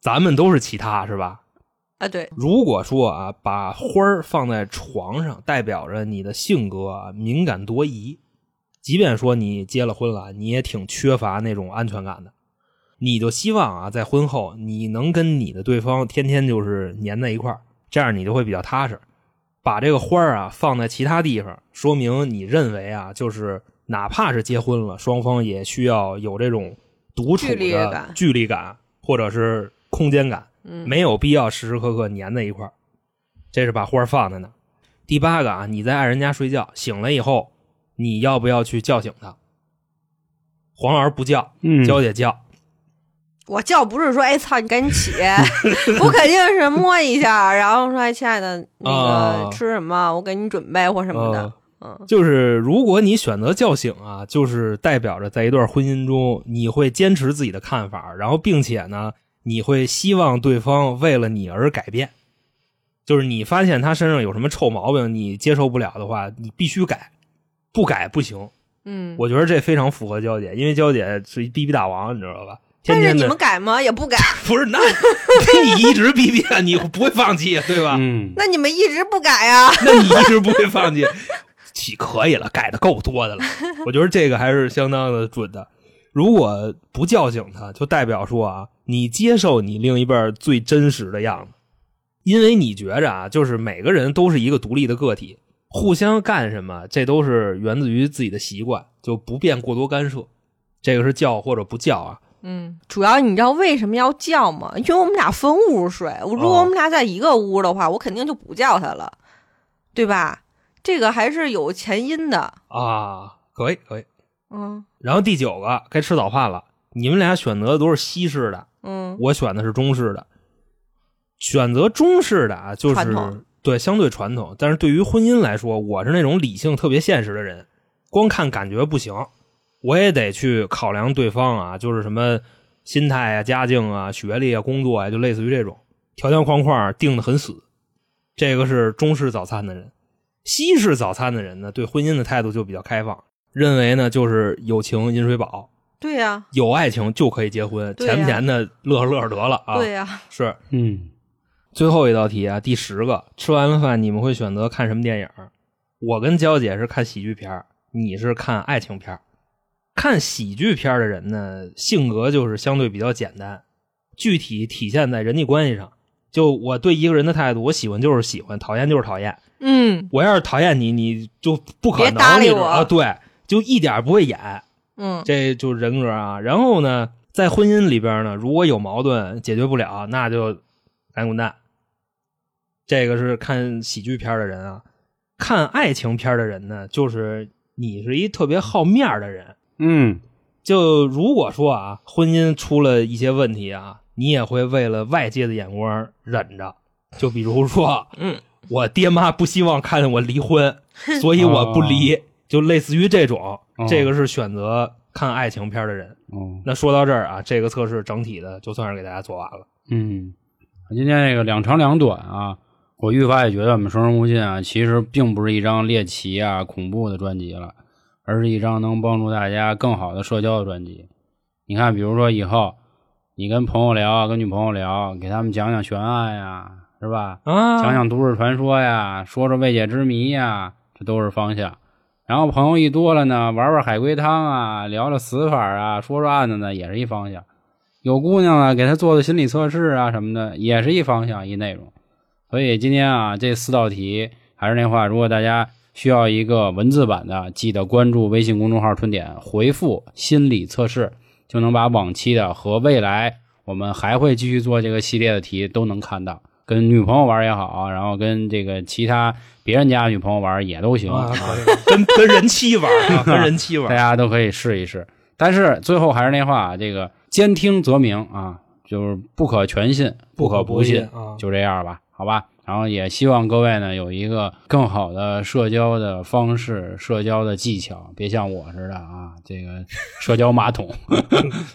Speaker 3: 咱们都是其他是吧？
Speaker 4: 啊对，
Speaker 3: 如果说啊，把花儿放在床上，代表着你的性格啊敏感多疑。即便说你结了婚了，你也挺缺乏那种安全感的。你就希望啊，在婚后你能跟你的对方天天就是粘在一块儿，这样你就会比较踏实。把这个花儿啊放在其他地方，说明你认为啊，就是哪怕是结婚了，双方也需要有这种独处
Speaker 4: 距离
Speaker 3: 的
Speaker 4: 感
Speaker 3: 距离感或者是空间感。
Speaker 4: 嗯
Speaker 3: 没有必要时时刻刻粘在一块儿。这是把花儿放在那儿。第八个啊，你在爱人家睡觉，醒了以后，你要不要去叫醒他？黄老师不叫，
Speaker 5: 嗯
Speaker 3: 娇姐叫，
Speaker 4: 我叫不是说哎操你赶 紧起，我肯定是摸一下，然后说哎亲爱的那
Speaker 3: 啊
Speaker 4: 个吃什么，我给你准备或什么的。嗯
Speaker 3: 就是如果你选择叫醒啊，就是代表着在一段婚姻中，你会坚持自己的看法，然后并且呢，你会希望对方为了你而改变。就是你发现他身上有什么臭毛病，你接受不了的话，你必须改，不改不行。
Speaker 4: 嗯，
Speaker 3: 我觉得这非常符合娇姐，因为娇姐是一逼逼大王，你知道吧？天
Speaker 4: 但是
Speaker 3: 天
Speaker 4: 你
Speaker 3: 的
Speaker 4: 们改吗？也不改，
Speaker 3: 不是那，那你一直逼逼啊，你不会放弃，对吧？
Speaker 5: 嗯，
Speaker 4: 那你们一直不改呀、
Speaker 3: 那你一直不会放弃，起可以了，改的够多的了。我觉得这个还是相当的准的。如果不叫醒他，就代表说啊，你接受你另一半最真实的样子，因为你觉着啊，就是每个人都是一个独立的个体，互相干什么，这都是源自于自己的习惯，就不便过多干涉。这个是叫或者不叫啊，
Speaker 4: 嗯，主要你知道为什么要叫吗？因为我们俩分屋睡，我如果
Speaker 3: 哦
Speaker 4: 我们俩在一个屋的话，我肯定就不叫他了，对吧？这个还是有前因的。
Speaker 3: 啊，可以可以。
Speaker 4: 嗯
Speaker 3: 然后第九个该吃早饭了，你们俩选择的都是西式的，
Speaker 4: 嗯，
Speaker 3: 我选的是中式的。选择中式的啊，就
Speaker 4: 传
Speaker 3: 是
Speaker 4: 统
Speaker 3: 对相对传统，但是对于婚姻来说，我是那种理性特别现实的人，光看感觉不行，我也得去考量对方啊，就是什么心态啊、家境啊、学历啊、工作啊，就类似于这种条条框框定的很死。这个是中式早餐的人，西式早餐的人呢，对婚姻的态度就比较开放，认为呢就是友情饮水饱，
Speaker 4: 对呀、
Speaker 3: 有爱情就可以结婚，
Speaker 4: 对呀
Speaker 3: 钱不钱的乐呵乐呵得了啊。
Speaker 4: 对呀、
Speaker 3: 是
Speaker 5: 嗯，
Speaker 3: 最后一道题啊，第十个，吃完饭你们会选择看什么电影？我跟娇姐是看喜剧片儿，你是看爱情片儿。看喜剧片儿的人呢，性格就是相对比较简单，具体体现在人际关系上。就我对一个人的态度，我喜欢就是喜欢，讨厌就是讨厌。
Speaker 4: 嗯
Speaker 3: 我要是讨厌你，你就不可
Speaker 4: 别
Speaker 3: 能，
Speaker 4: 搭理
Speaker 3: 你知道
Speaker 4: 我
Speaker 3: 啊！对，就一点儿不会演。
Speaker 4: 嗯
Speaker 3: 这就是人格啊。然后呢，在婚姻里边呢，如果有矛盾解决不了，那就赶紧滚蛋。这个是看喜剧片的人啊，看爱情片的人呢，就是你是一特别好面儿的人。
Speaker 5: 嗯，
Speaker 3: 就如果说啊，婚姻出了一些问题啊，你也会为了外界的眼光忍着。就比如说，
Speaker 4: 嗯，
Speaker 3: 我爹妈不希望看见我离 婚，所以我不离，就类似于这种
Speaker 5: 哦。
Speaker 3: 这个是选择看爱情片的人。
Speaker 5: 哦，
Speaker 3: 那说到这儿啊，这个测试整体的就算是给大家做完了。
Speaker 5: 嗯，今天这个两长两短啊，我愈发也觉得我们《生人勿近》啊，其实并不是一张猎奇啊、恐怖的专辑了，而是一张能帮助大家更好的社交的专辑。你看，比如说以后你跟朋友聊啊，跟女朋友聊，给他们讲讲悬案呀，是吧？
Speaker 3: 啊
Speaker 5: 讲讲都市传说呀，说说未解之谜呀，这都是方向。然后朋友一多了呢，玩玩海龟汤啊，聊聊死法啊，说说案子呢，也是一方向。有姑娘啊，给她做做心理测试啊什么的，也是一方向一内容。所以今天啊，这四道题还是那话，如果大家需要一个文字版的，记得关注微信公众号“春点”，回复“心理测试”，就能把往期的和未来我们还会继续做这个系列的题都能看到。跟女朋友玩也好，然后跟这个其他别人家女朋友玩也都行，
Speaker 3: 啊，可以 跟跟人妻玩啊，跟人妻
Speaker 5: 大
Speaker 3: 玩。
Speaker 5: 家都可以试一试。但是最后还是那话，这个兼听则明啊，就是不可全信，
Speaker 3: 不可
Speaker 5: 可
Speaker 3: 不信
Speaker 5: 信
Speaker 3: 啊
Speaker 5: 就这样吧，好吧。然后也希望各位呢有一个更好的社交的方式、社交的技巧，别像我似的啊，这个社交马桶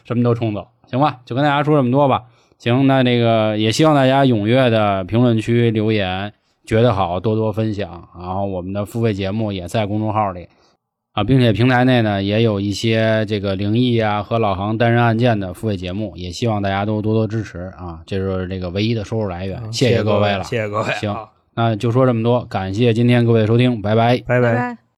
Speaker 5: 什么都冲走，行吧？就跟大家说这么多吧。行，那那个也希望大家踊跃的评论区留言，觉得好多多分享。然后我们的付费节目也在公众号里，啊，并且平台内呢也有一些这个灵异啊和老航单人案件的付费节目，也希望大家都多多支持啊，这是这个唯一的收入来源。嗯谢各位了，
Speaker 3: 啊谢谢各位，
Speaker 5: 行
Speaker 3: 啊
Speaker 5: 那就说这么多，感谢今天各位的收听，拜拜。
Speaker 3: 拜
Speaker 4: 拜拜。